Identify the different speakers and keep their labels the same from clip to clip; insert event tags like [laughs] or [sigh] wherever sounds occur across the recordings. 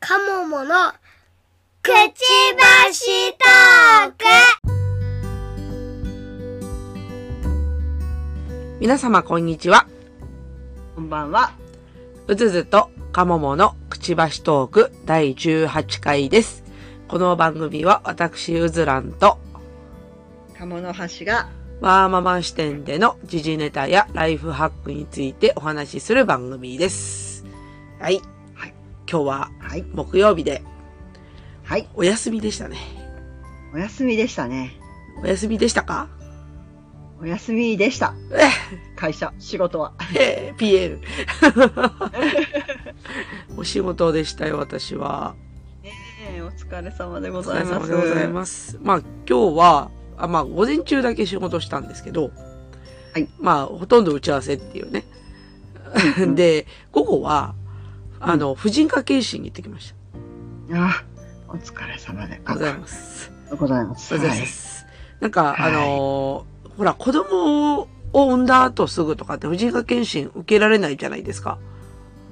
Speaker 1: カモモのくちばしトーク
Speaker 2: 皆様こんにちは。
Speaker 3: こんばんは。
Speaker 2: うずずとかもものくちばしトーク第18回です。この番組は私うずらんと
Speaker 3: 鴨の橋が
Speaker 2: ワーママ視点での時事ネタやライフハックについてお話しする番組です。はい。
Speaker 3: はい
Speaker 2: 今日は
Speaker 3: はい
Speaker 2: 木曜日で
Speaker 3: はい
Speaker 2: お休みでしたね。
Speaker 3: お休みでしたね。
Speaker 2: お休みでしたか
Speaker 3: お休みでした。
Speaker 2: え
Speaker 3: 会社仕事は。
Speaker 2: えー
Speaker 3: [laughs]
Speaker 2: PL。お仕事でしたよ、私は。
Speaker 3: ええお疲れ様でご
Speaker 2: お
Speaker 3: ざいます。
Speaker 2: でございます。まあ今日は、あまあ午前中だけ仕事したんですけど、
Speaker 3: はい
Speaker 2: まあほとんど打ち合わせっていうね。
Speaker 3: う
Speaker 2: [laughs]
Speaker 3: ん
Speaker 2: で、午後は、あの、婦人科検診に行ってきました。
Speaker 3: ああお疲れ様で
Speaker 2: ございます。
Speaker 3: ございます。
Speaker 2: ございます。なんか、あのーほら、子供を産んだ後すぐとかって婦人科検診受けられないじゃないですか。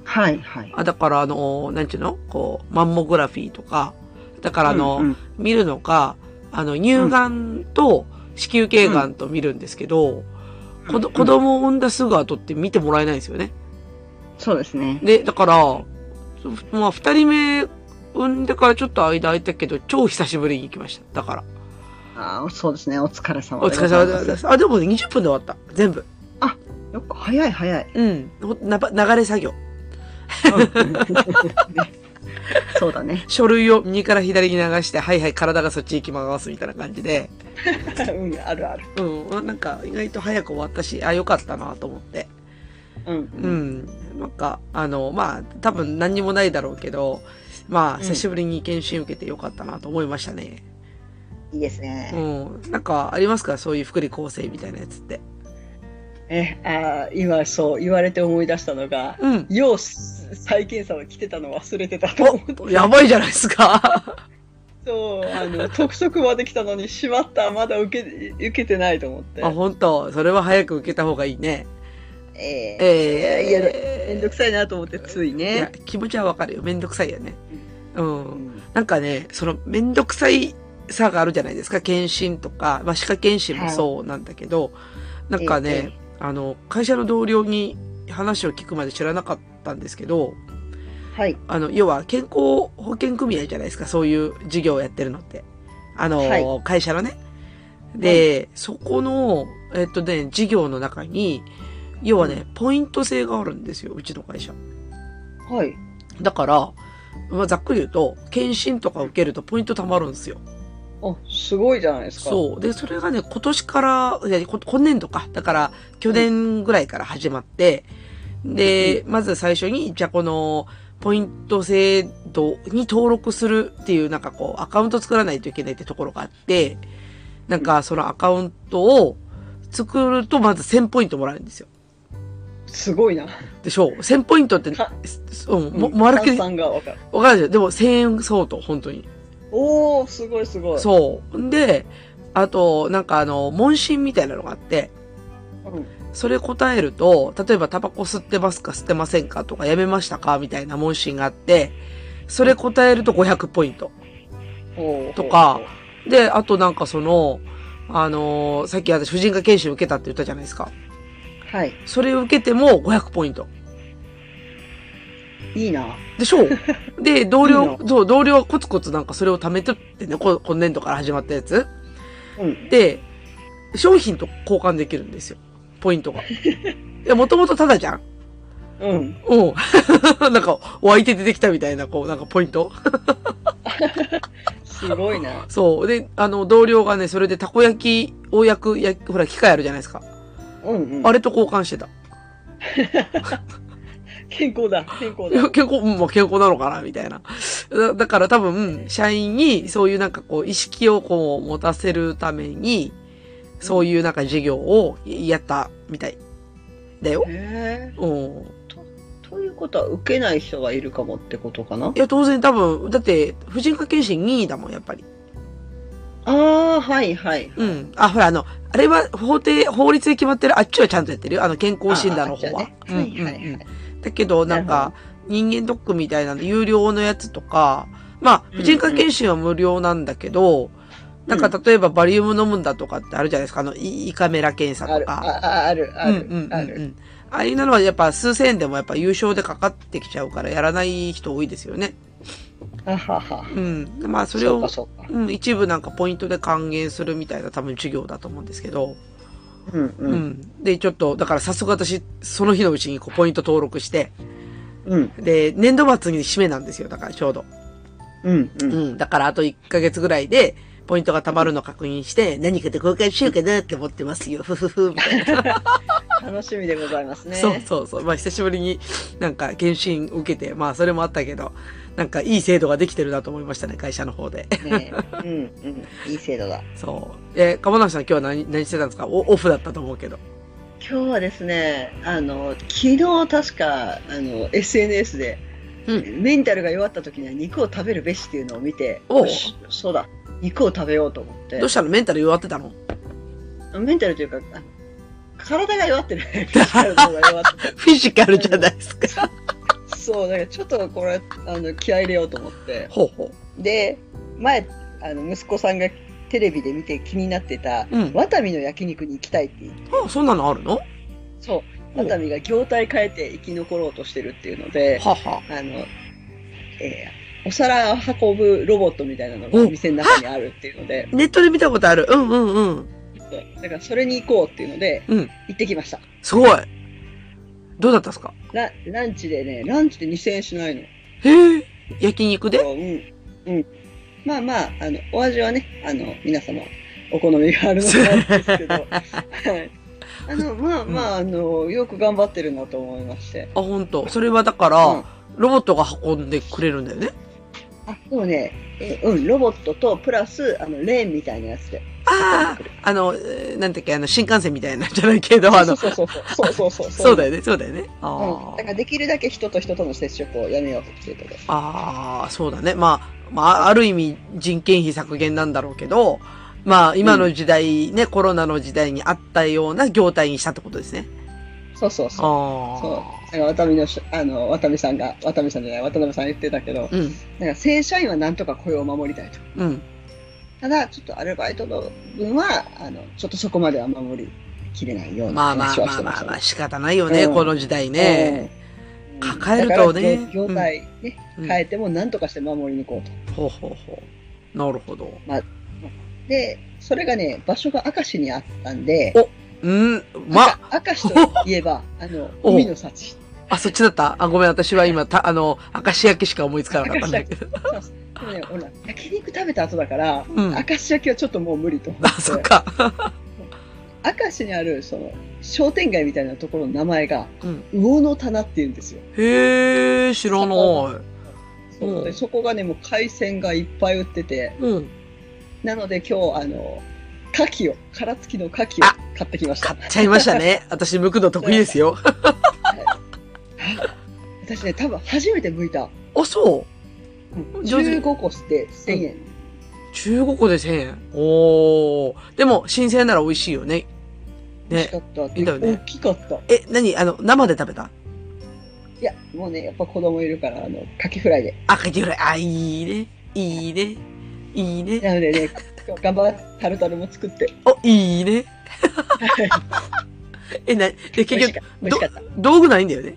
Speaker 3: はい、はい。はい
Speaker 2: あ、だから、あのーなんていうのこう、マンモグラフィーとか、だから、あのー
Speaker 3: うんうん
Speaker 2: 見るのか、あの、乳がんと子宮頸がんと見るんですけど、こど子供を産んだすぐ後って見てもらえないんですよね。
Speaker 3: そうですね。
Speaker 2: で、だから、そまあ、二人目産んでからちょっと間空いたけど、超久しぶりに行きました。だから、
Speaker 3: ああそうですね。お疲れ様
Speaker 2: お
Speaker 3: で
Speaker 2: 疲
Speaker 3: ご
Speaker 2: れ
Speaker 3: ざ
Speaker 2: 様
Speaker 3: います。
Speaker 2: です。あ、でもね20分で終わった。全部。
Speaker 3: よく早い早
Speaker 2: [laughs]
Speaker 3: い。
Speaker 2: うん。ほな流れ作業。
Speaker 3: そうだね。
Speaker 2: 書類を右から左に流して、はいはい、体がそっち行きます、みたいな感じで。
Speaker 3: うん、あるある。
Speaker 2: うん。なんか、意外と早く終わったし、あ、よかったなと思って。
Speaker 3: うん。
Speaker 2: う。ん。なんか、あの、まあ、多分何にもないだろうけど、まあ、
Speaker 3: ん
Speaker 2: 久しぶりに検診受けてよかったなと思いましたね。
Speaker 3: いいですね。
Speaker 2: うん。なんか、ありますかそういう福利厚生みたいなやつって。
Speaker 3: え、ああ今そう言われて思い出したのが、
Speaker 2: うん。
Speaker 3: 要再検査を来てたの忘れてたと思って。
Speaker 2: やばいじゃないですか。
Speaker 3: そう、あの、 [laughs] 特則まで来たのに、しまった、まだ受け、受けてないと思って
Speaker 2: あ、。本当それは早く受けた方がいいね。
Speaker 3: ええ
Speaker 2: え
Speaker 3: いや
Speaker 2: え
Speaker 3: めんどくさいなと思って、つい
Speaker 2: いや
Speaker 3: ね。
Speaker 2: 気持ちはわかるよ。めんどくさいよね。うん。
Speaker 3: うん
Speaker 2: なんかね、そのめんどくさいさがあるじゃないですか。検診とか、まあ、歯科検診もそうなんだけど、なんかね、
Speaker 3: ええ
Speaker 2: あの、会社の同僚に話を聞くまで知らなかったんですけど、
Speaker 3: はい。
Speaker 2: あの、要は健康保険組合じゃないですか。そういう事業をやってるのって。あの、
Speaker 3: はい
Speaker 2: 会社のね。で、そこの、えっとね、事業の中に、要はね、ポイント制があるんですよ。うちの会社。
Speaker 3: はい。
Speaker 2: だから、まあ、ざっくり言うと、検診とか受けるとポイント貯まるんですよ。
Speaker 3: あ、すごいじゃないですか。う。
Speaker 2: そう。で、それがね、今年から、いや、こ今年度か。だから、去年ぐらいから始まって、で、まず最初に、じゃあこの、ポイント制度に登録するっていう、なんかこう、アカウント作らないといけないってところがあって、なんか、そのアカウントを作ると、まず1000ポイントもらえるんですよ。
Speaker 3: すごいな。
Speaker 2: でしょう ?1000 ポイントって、
Speaker 3: か
Speaker 2: うん、も、まるっきり、わ
Speaker 3: さんがわかる。
Speaker 2: かるでしょでも1000円相当、本当に。
Speaker 3: おお、すごいすごい。
Speaker 2: そう。んで、あと、なんかあの、問診みたいなのがあって、
Speaker 3: うん。
Speaker 2: それ答えると、例えばタバコ吸ってますか吸ってませんかとかやめましたかみたいな問診があって、それ答えると500ポイント。
Speaker 3: おー
Speaker 2: とか。で、あとなんかその、あのーさっき私婦人科検診受けたって言ったじゃないですか。
Speaker 3: はい。
Speaker 2: それを受けても500ポイント。
Speaker 3: いいな。
Speaker 2: でしょう
Speaker 3: [laughs]
Speaker 2: で、同
Speaker 3: いい
Speaker 2: 僚、そう、同僚はコツコツなんかそれを貯めてってね、こ今年度から始まったやつ。
Speaker 3: うん。
Speaker 2: で、商品と交換できるんですよ。ポイント
Speaker 3: [laughs]
Speaker 2: が。いや、もともとタダじゃん。
Speaker 3: うん。
Speaker 2: うん。なん [laughs] か、お相手出てきたみたいな、こう、なんかポイント。
Speaker 3: すごいな。
Speaker 2: そう。で、あの、同僚がね、それでたこ焼きを焼く、焼くほら、機械あるじゃないですか。
Speaker 3: うんうん。
Speaker 2: あれと交換してた。
Speaker 3: 健康だ。健康
Speaker 2: いや
Speaker 3: だ。
Speaker 2: 健康、うんまあ、健康なのかな、みたいな。だだから多分、社員に、そういうなんかこう、意識をこう、持たせるために、そういうなんか事業をやったみたい。だよ。
Speaker 3: へえ。
Speaker 2: うん。
Speaker 3: ということは、受けない人がいるかもってことかない
Speaker 2: や、当然多分、だって、婦人科検診2位だもん、やっぱり。
Speaker 3: ああ、はいはい。
Speaker 2: うん。あ、ほら、あの、あれは法定、法律で決まってる、あっちはちゃんとやってるよ。あの、健康診断の方は。
Speaker 3: ああじゃあねはいはいはい
Speaker 2: うんうんうんだけど、なんか、人間ドックみたいなんで、有料のやつとか、まあ、
Speaker 3: うん
Speaker 2: 婦人科検診は無料なんだけど、なんか例えばバリウム飲むんだとかってあるじゃないですか、あの、胃胃カメラ検査と
Speaker 3: ある、あ
Speaker 2: か。
Speaker 3: あある、ある、
Speaker 2: うんうんうん
Speaker 3: あ
Speaker 2: う
Speaker 3: る。
Speaker 2: ん。ああいうのはやっぱ数千円でもやっぱ優勝でかかってきちゃうからやらない人多いですよね。
Speaker 3: あはは。
Speaker 2: うん。まあそれ
Speaker 3: そう
Speaker 2: を
Speaker 3: か、そうか。
Speaker 2: うん、一部なんかポイントで還元するみたいな多分授業だと思うんですけど。
Speaker 3: うん
Speaker 2: う
Speaker 3: うん。
Speaker 2: ん。で、ちょっと、だから早速私、その日のうちにこうポイント登録して、
Speaker 3: うん
Speaker 2: で、年度末に締めなんですよ、だからちょうど。
Speaker 3: うんう。
Speaker 2: うんん。だからあと1ヶ月ぐらいで、ポイントが貯まるの確認して、何かで公開しようかなって思ってますよ。ふふふ、みたいな。
Speaker 3: 楽しみでございますね。
Speaker 2: そうそうそう。まあ久しぶりになんか検診受けて、まあそれもあったけど、なんかいい制度ができてるなと思いましたね、会社の方で。
Speaker 3: ねうんうん。いい制度だ。
Speaker 2: そう。えー、鴨梨さん今日は何、何してたんですかおオフだったと思うけど。
Speaker 3: 今日はですね、あの、昨日確か、あの、SNS で、
Speaker 2: う
Speaker 3: メンタルが弱った時には肉を食べるべしっていうのを見て、
Speaker 2: おう
Speaker 3: よしそうだ、肉を食べようと思って
Speaker 2: どう、したのメンタル弱ってたの
Speaker 3: メンタルというか、あ体が弱ってる。 [laughs] メンタルの方が弱ってる
Speaker 2: フィジカルじゃないですか。
Speaker 3: そう、だからちょっとこれ、あの、気合い入れようと思って。
Speaker 2: ほうほ
Speaker 3: で、前、あの、息子さんがテレビで見て気になってた、
Speaker 2: うん
Speaker 3: ワタミの焼肉に行きたいって言って、
Speaker 2: う。あ、そんなのあるのは
Speaker 3: そう、
Speaker 2: うん
Speaker 3: ワタミが業態変えて生き残ろうとしてるっていうので、
Speaker 2: は。
Speaker 3: あの、えーお皿を運ぶロボットみたいなのがお店の中にあるっていうので、
Speaker 2: ネットで見たことある。うんうんうん。
Speaker 3: そうだからそれに行こうっていうので、
Speaker 2: うん
Speaker 3: 行ってきました。
Speaker 2: すごい。どうだったんですか
Speaker 3: ラランチでね、ランチで2000円しないの。
Speaker 2: へえ。焼肉で
Speaker 3: うん、うん。まあまあ、あの、お味はね、あの、皆様、お好みがあるのなんですけど、はい。あの、まあまあ、あの、よく頑張ってるなと思いまして。
Speaker 2: あ、本当。それはだから、
Speaker 3: うん
Speaker 2: ロボットが運んでくれるんだよね。
Speaker 3: あ、でもね、えうん、ロボットと、プラス、あの、レーンみたいなやつで。
Speaker 2: ああ、あの、えーなんだっけ、あの、新幹線みたいなんじ [laughs] ゃないけど、あの、
Speaker 3: そうそうそうそう。そうそうそう。
Speaker 2: [laughs] そうだよね、そうだよね。あ
Speaker 3: うん、
Speaker 2: ー
Speaker 3: だからできるだけ人と人との接触をやめようということで。
Speaker 2: あー、そうだね。まあ、まあ、ある意味人件費削減なんだろうけど、まあ、今の時代ね、コロナの時代にあったような業態にしたってことですね。
Speaker 3: そうそうそう。そう
Speaker 2: あ。
Speaker 3: だから渡美のし、あの、渡美さんが、渡美さんじゃない、渡辺さん言ってたけど、
Speaker 2: あ。うん、
Speaker 3: なんか正社員はなんとか雇用を守りたいと。
Speaker 2: うん。
Speaker 3: ただ、ちょっとアルバイトの分は、あの、ちょっとそこまでは守りきれないような
Speaker 2: まあまあ
Speaker 3: 話は
Speaker 2: ま
Speaker 3: し
Speaker 2: あ
Speaker 3: てま
Speaker 2: ま
Speaker 3: し
Speaker 2: あ
Speaker 3: た
Speaker 2: まあ、
Speaker 3: ね。
Speaker 2: 仕方ないよね、
Speaker 3: うん
Speaker 2: この時代ね。
Speaker 3: うん
Speaker 2: 抱えるとね
Speaker 3: だから業態ね、
Speaker 2: うん
Speaker 3: 変えても何とかして守りに行こうと。
Speaker 2: ほうほうほう。なるほど。
Speaker 3: で、それがね、場所が明石にあったんで、
Speaker 2: うん、まあ、
Speaker 3: あ明石といえば、
Speaker 2: [laughs]
Speaker 3: あの、
Speaker 2: お
Speaker 3: 海の幸。
Speaker 2: あ、そっちだったあ、ごめん、私は今、た、あの、明石焼きしか思いつかなかったんだけど。
Speaker 3: そうそうでもね、ほら、焼肉食べた後だから、
Speaker 2: うん。
Speaker 3: 明石焼きはちょっともう無理と思
Speaker 2: あ、そっ
Speaker 3: っ、
Speaker 2: てか。
Speaker 3: 明石にある、その、商店街みたいなところの名前が、
Speaker 2: うん
Speaker 3: 魚の棚って言うんですよ。
Speaker 2: へえ、知らない。
Speaker 3: そう
Speaker 2: うん
Speaker 3: でそこがね、もう海鮮がいっぱい売ってて、
Speaker 2: うん。
Speaker 3: なので今日、あの、牡蠣を、殻付きの牡蠣
Speaker 2: あ
Speaker 3: を買ってきました
Speaker 2: 買。っちゃいました
Speaker 3: [laughs]
Speaker 2: ね。私、剥くの得意ですよ。
Speaker 3: 私ね、多分初めて剥いた。
Speaker 2: あ、そう。
Speaker 3: うん
Speaker 2: 上手
Speaker 3: 15個して1000円。
Speaker 2: 15個で1000円。おー。でも、新鮮なら美味しいよね。
Speaker 3: 美味し
Speaker 2: ね
Speaker 3: か。った。
Speaker 2: いいんだよね
Speaker 3: 大きかった。
Speaker 2: え、何あの、生で食べた
Speaker 3: いや、もうね、やっぱ子供いるから、あの、牡蠣フライで。
Speaker 2: あ、かきフライ。あ、いいね。いいね。いいね。
Speaker 3: なのでね、今日頑張ってタルタルも作って。
Speaker 2: お、いいね。え、な、で、
Speaker 3: 美味
Speaker 2: [laughs] 結
Speaker 3: しか
Speaker 2: 局、
Speaker 3: 美味しかった。
Speaker 2: 道具ないんだよね。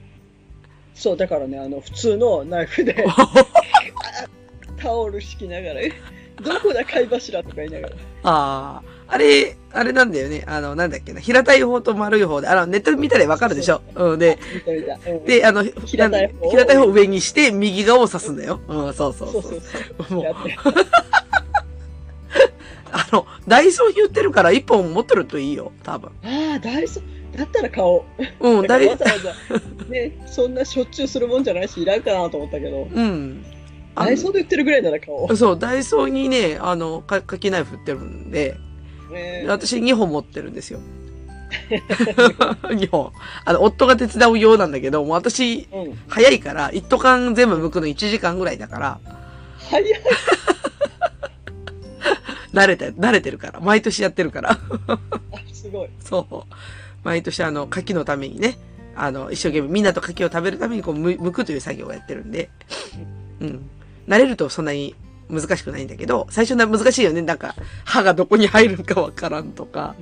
Speaker 3: そう、だからね、あの、普通のナイフでタオル敷きながら、えどこだ貝柱とか言いながら。
Speaker 2: ああ、あれ、あれなんだよね。あの、なんだっけな。平たい方と丸い方で、あの、ネット見たらわかるでしょ。うん、で、
Speaker 3: みたいな。うん
Speaker 2: で、あの、
Speaker 3: 平たい方を
Speaker 2: 平たい方を上にして、右側を指すんだよ。うん、そうそう
Speaker 3: そ
Speaker 2: そうう。
Speaker 3: そうそう。
Speaker 2: も
Speaker 3: や
Speaker 2: う、
Speaker 3: って
Speaker 2: あの、ダイソーに売ってるから、一本持ってるといいよ、多分。
Speaker 3: ああ、ダイソー、だったら買おう。
Speaker 2: うん、
Speaker 3: だ
Speaker 2: ダ
Speaker 3: からわ
Speaker 2: イ、
Speaker 3: ざわざ、ね、そんなしょっちゅうするもんじゃないし、いらんかなと思ったけど、
Speaker 2: うん。あの
Speaker 3: ダイソーで売ってるぐらいなら買おう。
Speaker 2: そう、ダイソーにね、あの、か、かきナイフ売ってるんで、
Speaker 3: ね
Speaker 2: 私2本持ってるんですよ。2本。あの、夫が手伝うようなんだけど、もう私、
Speaker 3: うん、
Speaker 2: 早いから、一斗缶全部剥くの1時間ぐらいだから、
Speaker 3: 早い。
Speaker 2: 慣れて、慣れてるから。毎年やってるから。 [laughs]
Speaker 3: あすごい。
Speaker 2: そう。毎年あの、牡蠣のためにね、あの、一生懸命みんなと柿を食べるためにこう、む、剥くという作業をやってるんで、うん。慣れるとそんなに難しくないんだけど、最初な難しいよね。なんか、歯がどこに入るかわからんとか。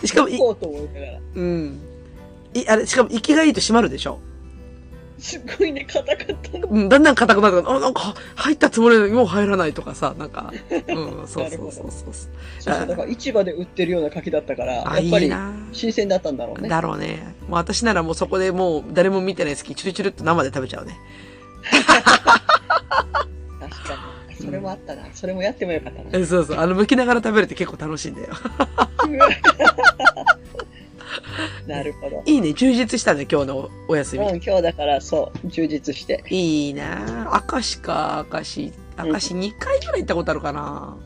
Speaker 2: でしかも、い
Speaker 3: こうと思いながら。
Speaker 2: うん。い、あれ、しかも、息がいいと閉まるでしょ。
Speaker 3: すごいね、硬かったの。
Speaker 2: うん、だんだん硬くなるから、あ、なんか、入ったつもりなのにもう入らないとかさ、なんか、うん、そうそうそうそう。
Speaker 3: そうそう、だから市場で売ってるような柿だったから、やっ
Speaker 2: あ、い
Speaker 3: ぱ
Speaker 2: い
Speaker 3: り
Speaker 2: な。
Speaker 3: 新鮮だったんだろうね。
Speaker 2: だろうね。もう私ならもうそこでもう誰も見てない好き、チュルチュルっと生で食べちゃうね。
Speaker 3: 確かに。それもあったな。それもやってもよかったな。
Speaker 2: えそうそう。あの、剥きながら食べるって結構楽しいんだよ。 [laughs]
Speaker 3: [laughs] なるほど。
Speaker 2: いいね。充実したね、今日のお休
Speaker 3: う
Speaker 2: み。
Speaker 3: ん、今日だからそう、充実して。
Speaker 2: いいなぁ。明石か、明石。明石2回ぐらい行ったことあるかな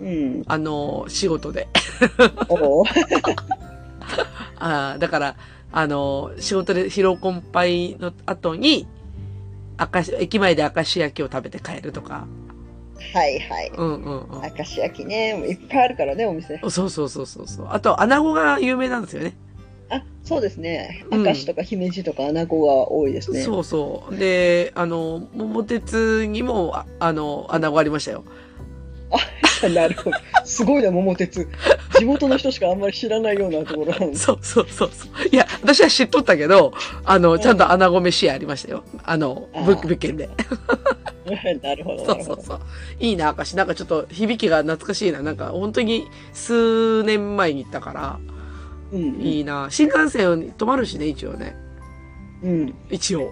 Speaker 3: うん。
Speaker 2: あの、仕事で。
Speaker 3: おお。
Speaker 2: ああ、だから、あの、仕事で疲労困憊の後に、明石、駅前で明石焼きを食べて帰るとか。
Speaker 3: はいはい。
Speaker 2: うんうんうん。
Speaker 3: 明石焼きね、いっぱいあるからね、お店。
Speaker 2: そうそうそうそうそう。あと、穴子が有名なんですよね。
Speaker 3: あ、そうですね。
Speaker 2: うん
Speaker 3: 明石とか姫路とか穴子が多いですね。
Speaker 2: そうそう。で、あの、桃鉄にも、ああの、穴子ありましたよ。
Speaker 3: [laughs] なるほど。すごいな、桃鉄。地元の人しかあんまり知らないようなところなんです。
Speaker 2: そうそうそうそう。いや、私は知っとったけど、あの、ちゃんと穴子飯屋ありましたよ。あの
Speaker 3: あ、ー
Speaker 2: ぶ物件で。
Speaker 3: [laughs] なるほ
Speaker 2: そ
Speaker 3: ど。な
Speaker 2: う
Speaker 3: る
Speaker 2: そ
Speaker 3: ほ
Speaker 2: う
Speaker 3: ど。
Speaker 2: そう。いいな、明石。なんかちょっと響きが懐かしいな。なんか本当に数年前に行ったから、
Speaker 3: うんうん
Speaker 2: いいな。新幹線止まるしね、一応ね。
Speaker 3: うん。
Speaker 2: 一応。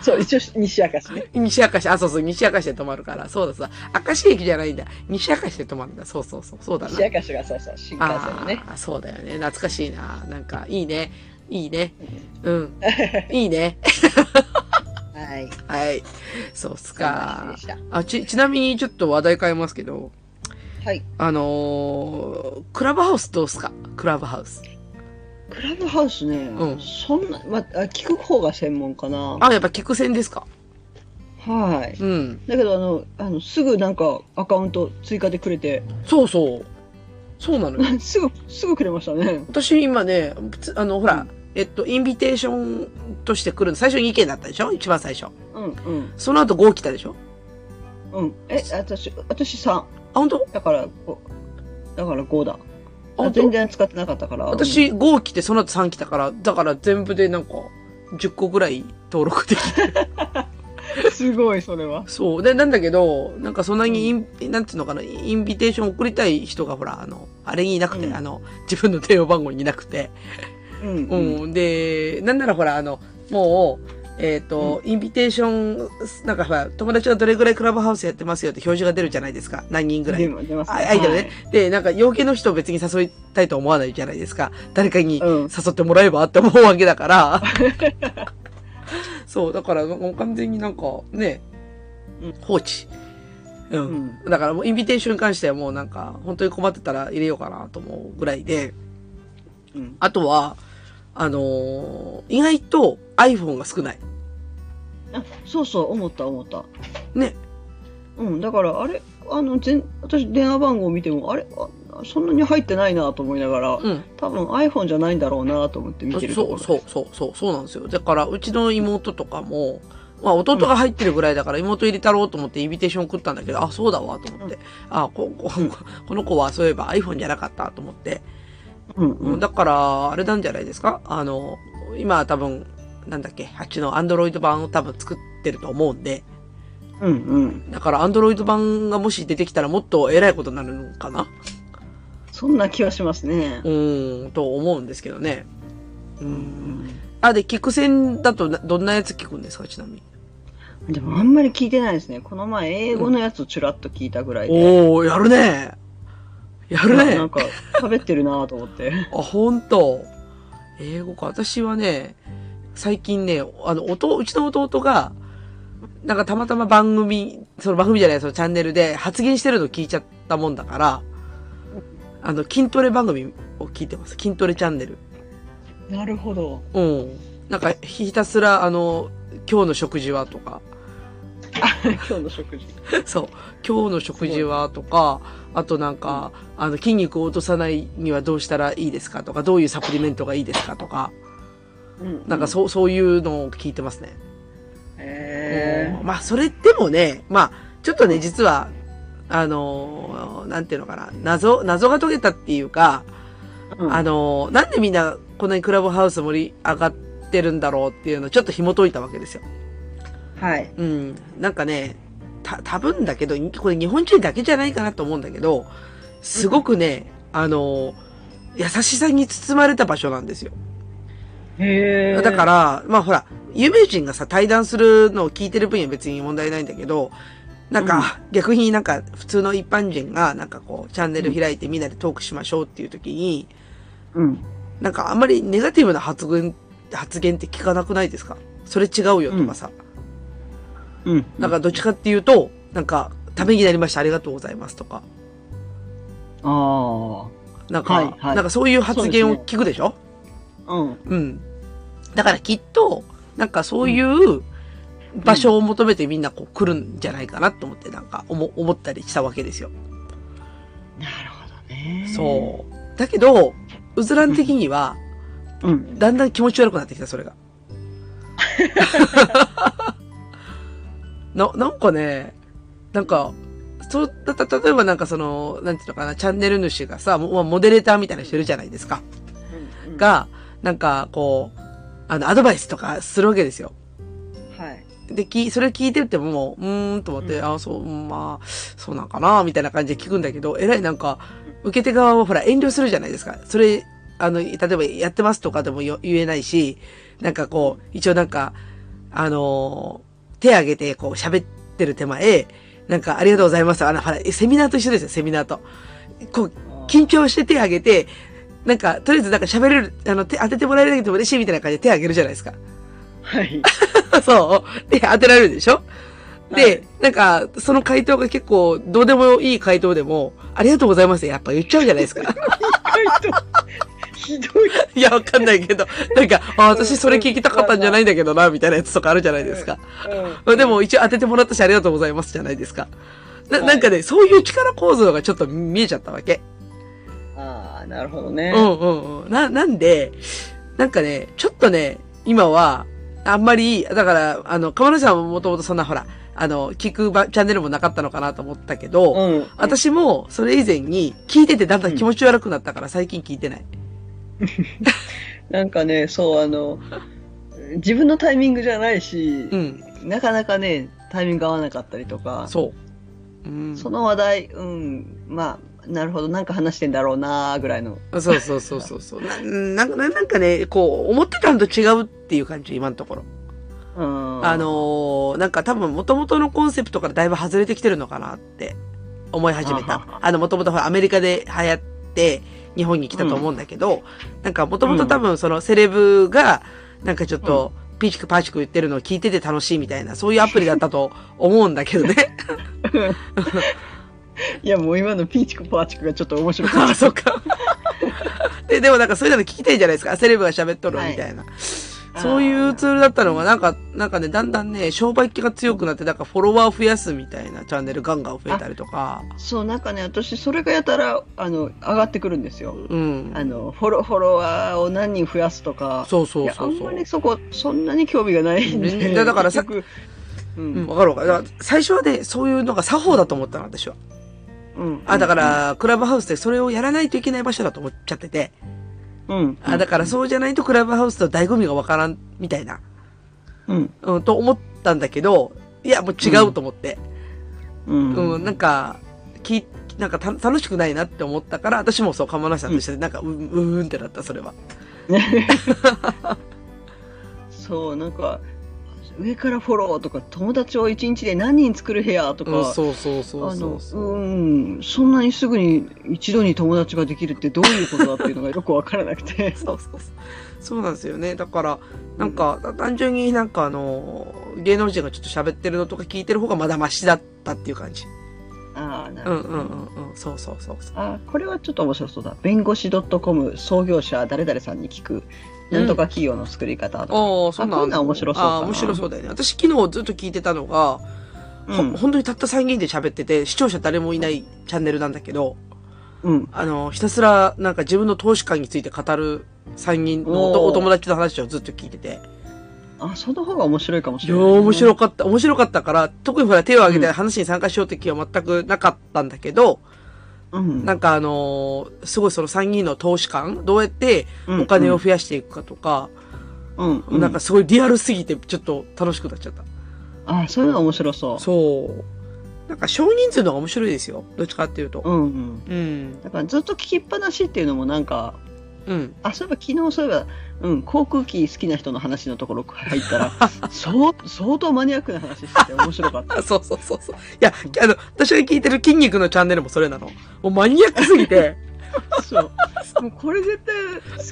Speaker 3: そう、一応西明石ね。
Speaker 2: 西明石、あ、そうそう、西明石で止まるから。そうだそうだ。明石駅じゃないんだ。西明石で止まるんだ。そうそうそう。そうだな
Speaker 3: 西。明石がそうそう、新幹線のね。
Speaker 2: ああ、そうだよね。懐かしいな。なんか、いいね。いいね。
Speaker 3: [laughs]
Speaker 2: うん。いいね。
Speaker 3: はい。
Speaker 2: はい。そうっす
Speaker 3: そんな日
Speaker 2: か
Speaker 3: で。した。
Speaker 2: あ、ち、ちなみにちょっと話題変えますけど、
Speaker 3: はい。
Speaker 2: あのークラブハウスどうっすかクラブハウス。
Speaker 3: クラブハウスね、
Speaker 2: うん
Speaker 3: そんな、まあ、聞く方が専門かな。
Speaker 2: あ、やっぱ客船ですか
Speaker 3: はい。
Speaker 2: うん。
Speaker 3: だけど、あの、あの、すぐなんかアカウント追加でくれて、
Speaker 2: そうそう。そうなのよ。
Speaker 3: [laughs] すぐ、すぐくれましたね。
Speaker 2: 私今ね、つあの、ほ
Speaker 3: う
Speaker 2: ら
Speaker 3: ん、
Speaker 2: えっと、インビテーションとして来るの。最初に意見だったでしょ一番最初。
Speaker 3: うん、うん、
Speaker 2: その後5来たでしょ
Speaker 3: うん。え、私、私3。
Speaker 2: あ、本当
Speaker 3: だから、こうだから5だ。
Speaker 2: あ、本
Speaker 3: 全
Speaker 2: 当
Speaker 3: 然使ってなかったから。
Speaker 2: 私5来てその後3来たから、だから全部でなんか10個ぐらい登録でき
Speaker 3: [laughs]
Speaker 2: て。
Speaker 3: うん、すごい、それは。
Speaker 2: そう。で、なんだけど、なんかそんなにイン、なんていうのかな、インビテーション送りたい人がほら、あの、あれにいなくて、
Speaker 3: うん
Speaker 2: あの、自分の電話番号にいなくて。
Speaker 3: うん、
Speaker 2: う
Speaker 3: うん。
Speaker 2: ん。で、なんならほら、あの、もう、えっ、と、インビテーション、なんかほら、友達がどれぐらいクラブハウスやってますよって表示が出るじゃないですか。何人ぐらい
Speaker 3: 出。ま出ます、
Speaker 2: あアイドルね。で、なんか、陽気の人を別に誘いたいと思わないじゃないですか。誰かに
Speaker 3: うん
Speaker 2: 誘ってもらえばって思うわけだから。 [laughs] そう、だから、もう完全になんか、ね
Speaker 3: うん、
Speaker 2: 放置。う。
Speaker 3: はい。うんん。
Speaker 2: だからもう、インビテーションに関してはもうなんか、本当に困ってたら入れようかなと思うぐらいで。
Speaker 3: うん。
Speaker 2: あとは、あのー意外と iPhone が少ない。
Speaker 3: あ、そうそう、思った、思った。
Speaker 2: ね。
Speaker 3: うん、だから、あれ、あの、全、私、電話番号見ても、あれ、あそんなに入ってないなと思いながら、
Speaker 2: うん。
Speaker 3: 多分 iPhone じゃないんだろうなと思って見てるとこ
Speaker 2: そう
Speaker 3: ろ
Speaker 2: そうそうそう、そうなんですよ。だから、うちの妹とかも、まあ、弟が入ってるぐらいだから、妹入れたろうと思ってイビテーション送ったんだけど、あ、そうだわ、と思って。あ、こ、こ、この子はそういえば iPhone じゃなかった、と思って。
Speaker 3: うんうん
Speaker 2: だから、あれなんじゃないですかあの、今多分、なんだっけ、8の Android 版を多分作ってると思うんで、
Speaker 3: うんうん
Speaker 2: だから Android 版がもし出てきたらもっと偉いことになるのかな
Speaker 3: そんな気はしますね
Speaker 2: うーん、と思うんですけどね。う。
Speaker 3: うんん
Speaker 2: あ、で、キック戦だとなどんなやつ聞くんですかちなみに。
Speaker 3: でもあんまり聞いてないですねこの前英語のやつをちらっと聞いたぐらいで、
Speaker 2: おー、やるねやる
Speaker 3: なな
Speaker 2: ね
Speaker 3: んか喋ってるなと思って
Speaker 2: [laughs] あ、ほんと。英語か。私はね、最近ね、あの、弟、うちの弟が、なんかたまたま番組、その番組じゃない、そのチャンネルで発言してるの聞いちゃったもんだから、あの、筋トレ番組を聞いてます。筋トレチャンネル。
Speaker 3: なるほど
Speaker 2: うん。なんか、ひたすら、あの、今日の食事はとか、
Speaker 3: [laughs] 今日の食事
Speaker 2: そう。今日の食事はとか、あとなんか、あの、筋肉を落とさないにはどうしたらいいですかとか、どういうサプリメントがいいですかとか、
Speaker 3: うん
Speaker 2: なんかそう、そういうのを聞いてますね。
Speaker 3: へー
Speaker 2: まあ、それでもね、まあ、ちょっとね、実は、あのーなんていうのかな、謎、謎が解けたっていうか、
Speaker 3: うん
Speaker 2: あのーなんでみんな、こんなにクラブハウス盛り上がってるんだろうっていうのをちょっと紐解いたわけですよ。
Speaker 3: はい。
Speaker 2: うん。なんかね、た、多分だけど、これ日本人だけじゃないかなと思うんだけど、すごくね、あのー優しさに包まれた場所なんですよ。
Speaker 3: へえ。
Speaker 2: だから、まあほら、有名人がさ、対談するのを聞いてる分には別に問題ないんだけど、なんか、逆になんか、普通の一般人が、なんかこう、チャンネル開いてみんなでトークしましょうっていう時に、
Speaker 3: うん。
Speaker 2: なんかあんまりネガティブな発言、発言って聞かなくないですかそれ違うよとかさ。
Speaker 3: うん。
Speaker 2: なんかどっちかっていうと、なんか、ためになりました、ありがとうございますとか。
Speaker 3: あ
Speaker 2: なんか、
Speaker 3: はいはい
Speaker 2: なんかそういう発言を聞くでしょ
Speaker 3: あ。うん。
Speaker 2: うん。だからきっと、なんかそういう場所を求めてみんなこう来るんじゃないかなと思って、なんか思思ったりしたわけですよ。
Speaker 3: なるほどね。
Speaker 2: そう。だけど、うずらん的には、
Speaker 3: う。うん。
Speaker 2: だんだん気持ち悪くなってきた、それが。 [laughs] な、なんかね、なんか、そう、た、た、例えばなんかその、なんていうのかな、チャンネル主がさ、もまあモデレーターみたいな人いるじゃないですか。
Speaker 3: うん、
Speaker 2: が、なんかこう、あの、アドバイスとかするわけですよ。
Speaker 3: はい。
Speaker 2: で、き、それ聞いてるってもう、うーんと思って、
Speaker 3: うん
Speaker 2: あそう、うんまあ、そうなんかな、みたいな感じで聞くんだけど、えらいなんか、受け手側はほら遠慮するじゃないですか。それ、あの、例えばやってますとかでもよ言えないし、なんかこう、一応なんか、あのー手挙げてこう喋ってる手前、なんかありがとうございます。あの、ほら、セミナーと一緒ですよ、セミナーと。こう、緊張して手挙げて、なんか、とりあえずなんか喋れる、あの、手当ててもらえるだけでも嬉しいみたいな感じで手挙げるじゃないですか。
Speaker 3: はい。
Speaker 2: [laughs] そう。で、当てられるでしょで、
Speaker 3: はい
Speaker 2: なんか、その回答が結構、どうでもいい回答でも、ありがとうございます。やっぱ言っちゃうじゃないですか。
Speaker 3: [laughs] ひどい。
Speaker 2: [laughs] いや、わかんないけど、なんか、あ、私それ聞きたかったんじゃないんだけどな、みたいなやつとかあるじゃないですか。
Speaker 3: うん。
Speaker 2: でも、一応当ててもらったし、ありがとうございますじゃないですか。な
Speaker 3: はい
Speaker 2: なんかね、そういう力構造がちょっと見えちゃったわけ。
Speaker 3: ああ、なるほどね。
Speaker 2: うんうんうん。な、なんで、なんかね、ちょっとね、今は、あんまり、だから、あの、河村さんももともとそんなほら、あの、聞くばチャンネルもなかったのかなと思ったけど、
Speaker 3: うん。
Speaker 2: 私もそれ以前に聞いててだんだん気持ち悪くなったから最近聞いてない。
Speaker 3: なんかね、そう、あの、自分のタイミングじゃないし
Speaker 2: う、ん、
Speaker 3: なかなかね、タイミング合わなかったりとか、
Speaker 2: そう。うん。
Speaker 3: その話題、うん、まあ、なるほど、なんか話してんだろうなーぐらいの。
Speaker 2: そうそうそうそうそうななんか。なんかね、こう、思ってたのと違うっていう感じ、今のところ。
Speaker 3: うん。
Speaker 2: あ、のーなんか多分元々のコンセプトからだいぶ外れてきてるのかなって思い始め
Speaker 3: あは
Speaker 2: た。あの、元々ほらアメリカで流行って日本に来たと思うんだけど、なんか元々多分そのセレブがなんかちょっとピチクパチク言ってるのを聞いてて楽しいみたいな、そういうアプリだったと思うんだけどね。
Speaker 3: いや、もう今のピーチクパーチクがちょっと面白か
Speaker 2: あ [laughs]
Speaker 3: っ
Speaker 2: あ、そっか。で、でもなんかそういうの聞きたいじゃないですか。セレブが喋っとるみたいな。
Speaker 3: た。
Speaker 2: そういうツ
Speaker 3: あ
Speaker 2: ールだったのが、なんか、なんかね、だんだんね、商売気が強くなって、なんかフォロワー増やすみたいなチャンネルガンガン増えたりとか。
Speaker 3: ーそう、なんかね、私、それがやたら、あの、上がってくるんですよ。
Speaker 2: うん。
Speaker 3: あの、フォロ、フォロワーを何人増やすとか、
Speaker 2: そうそうそう
Speaker 3: いや
Speaker 2: そ
Speaker 3: あ
Speaker 2: うん
Speaker 3: ま。りそこ、そんなに興味がないん
Speaker 2: ね
Speaker 3: で。
Speaker 2: だからさ
Speaker 3: 結局う
Speaker 2: うん、
Speaker 3: ん。
Speaker 2: わかるわかる。だから最初はね、そういうのが作法だと思ったの、私は。
Speaker 3: うん。
Speaker 2: あ、だか、ら、クラブハウスでそれをやらないといけない場所だと思っちゃってて。
Speaker 3: うん。
Speaker 2: あ、だからそうじゃないとクラブハウスの醍醐味がわからん、みたいな。
Speaker 3: うん。
Speaker 2: うん、と思ったんだけど、いや、もう違うと思って。
Speaker 3: うん。
Speaker 2: うん、なんか、き、なんかた楽しくないなって思ったから、私もそう、釜梨さんとして、なんか、う、うーんってなった、それは。
Speaker 3: [laughs] そう、なんか、上からフォローとか、友達を一日で何人作る部屋とか、
Speaker 2: うん、そうそうそ
Speaker 3: あ
Speaker 2: う
Speaker 3: の
Speaker 2: そううそう。
Speaker 3: んそんなにすぐに一度に友達ができるってどういうことだっていうのがよく分からなくて [laughs]
Speaker 2: そうそうそう。そうなんですよね。だから、なんか、単純になんかあの、芸能人がちょっと喋ってるのとか聞いてる方がまだマシだったっていう感じ。
Speaker 3: ああな
Speaker 2: う
Speaker 3: る
Speaker 2: ん
Speaker 3: ほど、
Speaker 2: うんうんうん。そうそうそうそう。
Speaker 3: あーこれはちょっと面白そうだ弁護士 .com 創業者誰々さんに聞くなんとか企業の作り方とか、
Speaker 2: ああ、そうなん
Speaker 3: こんなん面白そうか
Speaker 2: あ
Speaker 3: な
Speaker 2: あ、面白そうだよね。私昨日ずっと聞いてたのが、
Speaker 3: うん
Speaker 2: ほ本当にたった3人で喋ってて、視聴者誰もいないチャンネルなんだけど、
Speaker 3: うん。
Speaker 2: あの、ひたすらなんか自分の投資観について語る3人のお
Speaker 3: おー
Speaker 2: お友達の話をずっと聞いてて、
Speaker 3: あ、その方が面白いかもし
Speaker 2: い
Speaker 3: れ
Speaker 2: や
Speaker 3: ない、
Speaker 2: ー面白
Speaker 3: く。
Speaker 2: かった、面白かったから、特にほら手を挙げて
Speaker 3: うん
Speaker 2: 話に参加しようって気は全くなかったんだけど、
Speaker 3: うん。
Speaker 2: なんかあのーすごいその3人の投資観、どうやってお金を増やしていくかとか、
Speaker 3: うん、うん。
Speaker 2: なんか、すごいリアルすぎてちょっと楽しくなっちゃった。
Speaker 3: あ、そういうの面白そう。
Speaker 2: そう。なんか少人数の方が面白いですよ。どっちかっていうと。
Speaker 3: うんうん。
Speaker 2: うん。
Speaker 3: だからずっと聞きっぱなしっていうのもなんか、
Speaker 2: うん。
Speaker 3: あ、そういえば昨日そういえば、うん、航空機好きな人の話のところ入った [laughs] ら、そう、相当マニアックな話してて面白か [laughs] った。
Speaker 2: あ [laughs] そうそうそうそう。いや、あの、私が聞いてる筋肉のチャンネルもそれなの。もうマニアックすぎ [laughs] て。
Speaker 3: そう。もうこれ絶対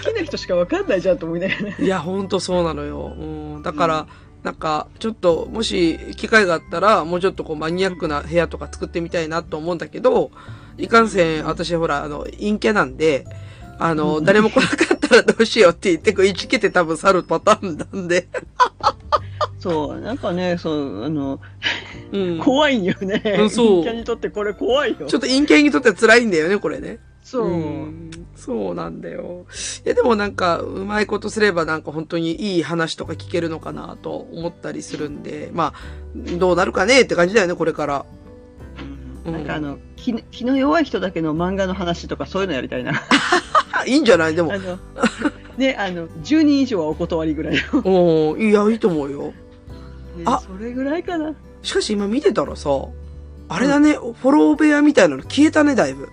Speaker 3: 好きな人しかわかんないじゃんと思いながらね。
Speaker 2: いや、ほんとそうなのよ。うん。だから、なんか、ちょっと、もし、機会があったら、もうちょっとこう、マニアックな部屋とか作ってみたいなと思うんだけど、いかんせん、私ほら、あの、陰キャなんで、あの、誰も来なかったらどうしようって言って、こう、いじけて多分去るパターンなんで。
Speaker 3: そう、なんかね、そう、あの、
Speaker 2: うん。 [laughs] ちょ
Speaker 3: 怖いんよね。
Speaker 2: うんそう
Speaker 3: 陰キャにとってこれ怖いよ。
Speaker 2: っと陰キャにとっては辛いんだよね、これね。
Speaker 3: そう。
Speaker 2: んそうなんだよ。いや、でもなんか、うまいことすればなんか本当にいい話とか聞けるのかなと思ったりするんで、まあ、どうなるかねって感じだよね、これから。うん
Speaker 3: なんかあの気の気の弱い人だけの漫画の話とかそういうのやりたいな。
Speaker 2: あいいんじゃないでも
Speaker 3: あ。のねあの10人以上はお断りぐらいの、
Speaker 2: うん、いや、いいと思うよ。
Speaker 3: ね
Speaker 2: あ
Speaker 3: それぐらいかな。
Speaker 2: しかし今見てたらさ、あれだね、フォロー部屋みたいなの消えたね、だいぶ。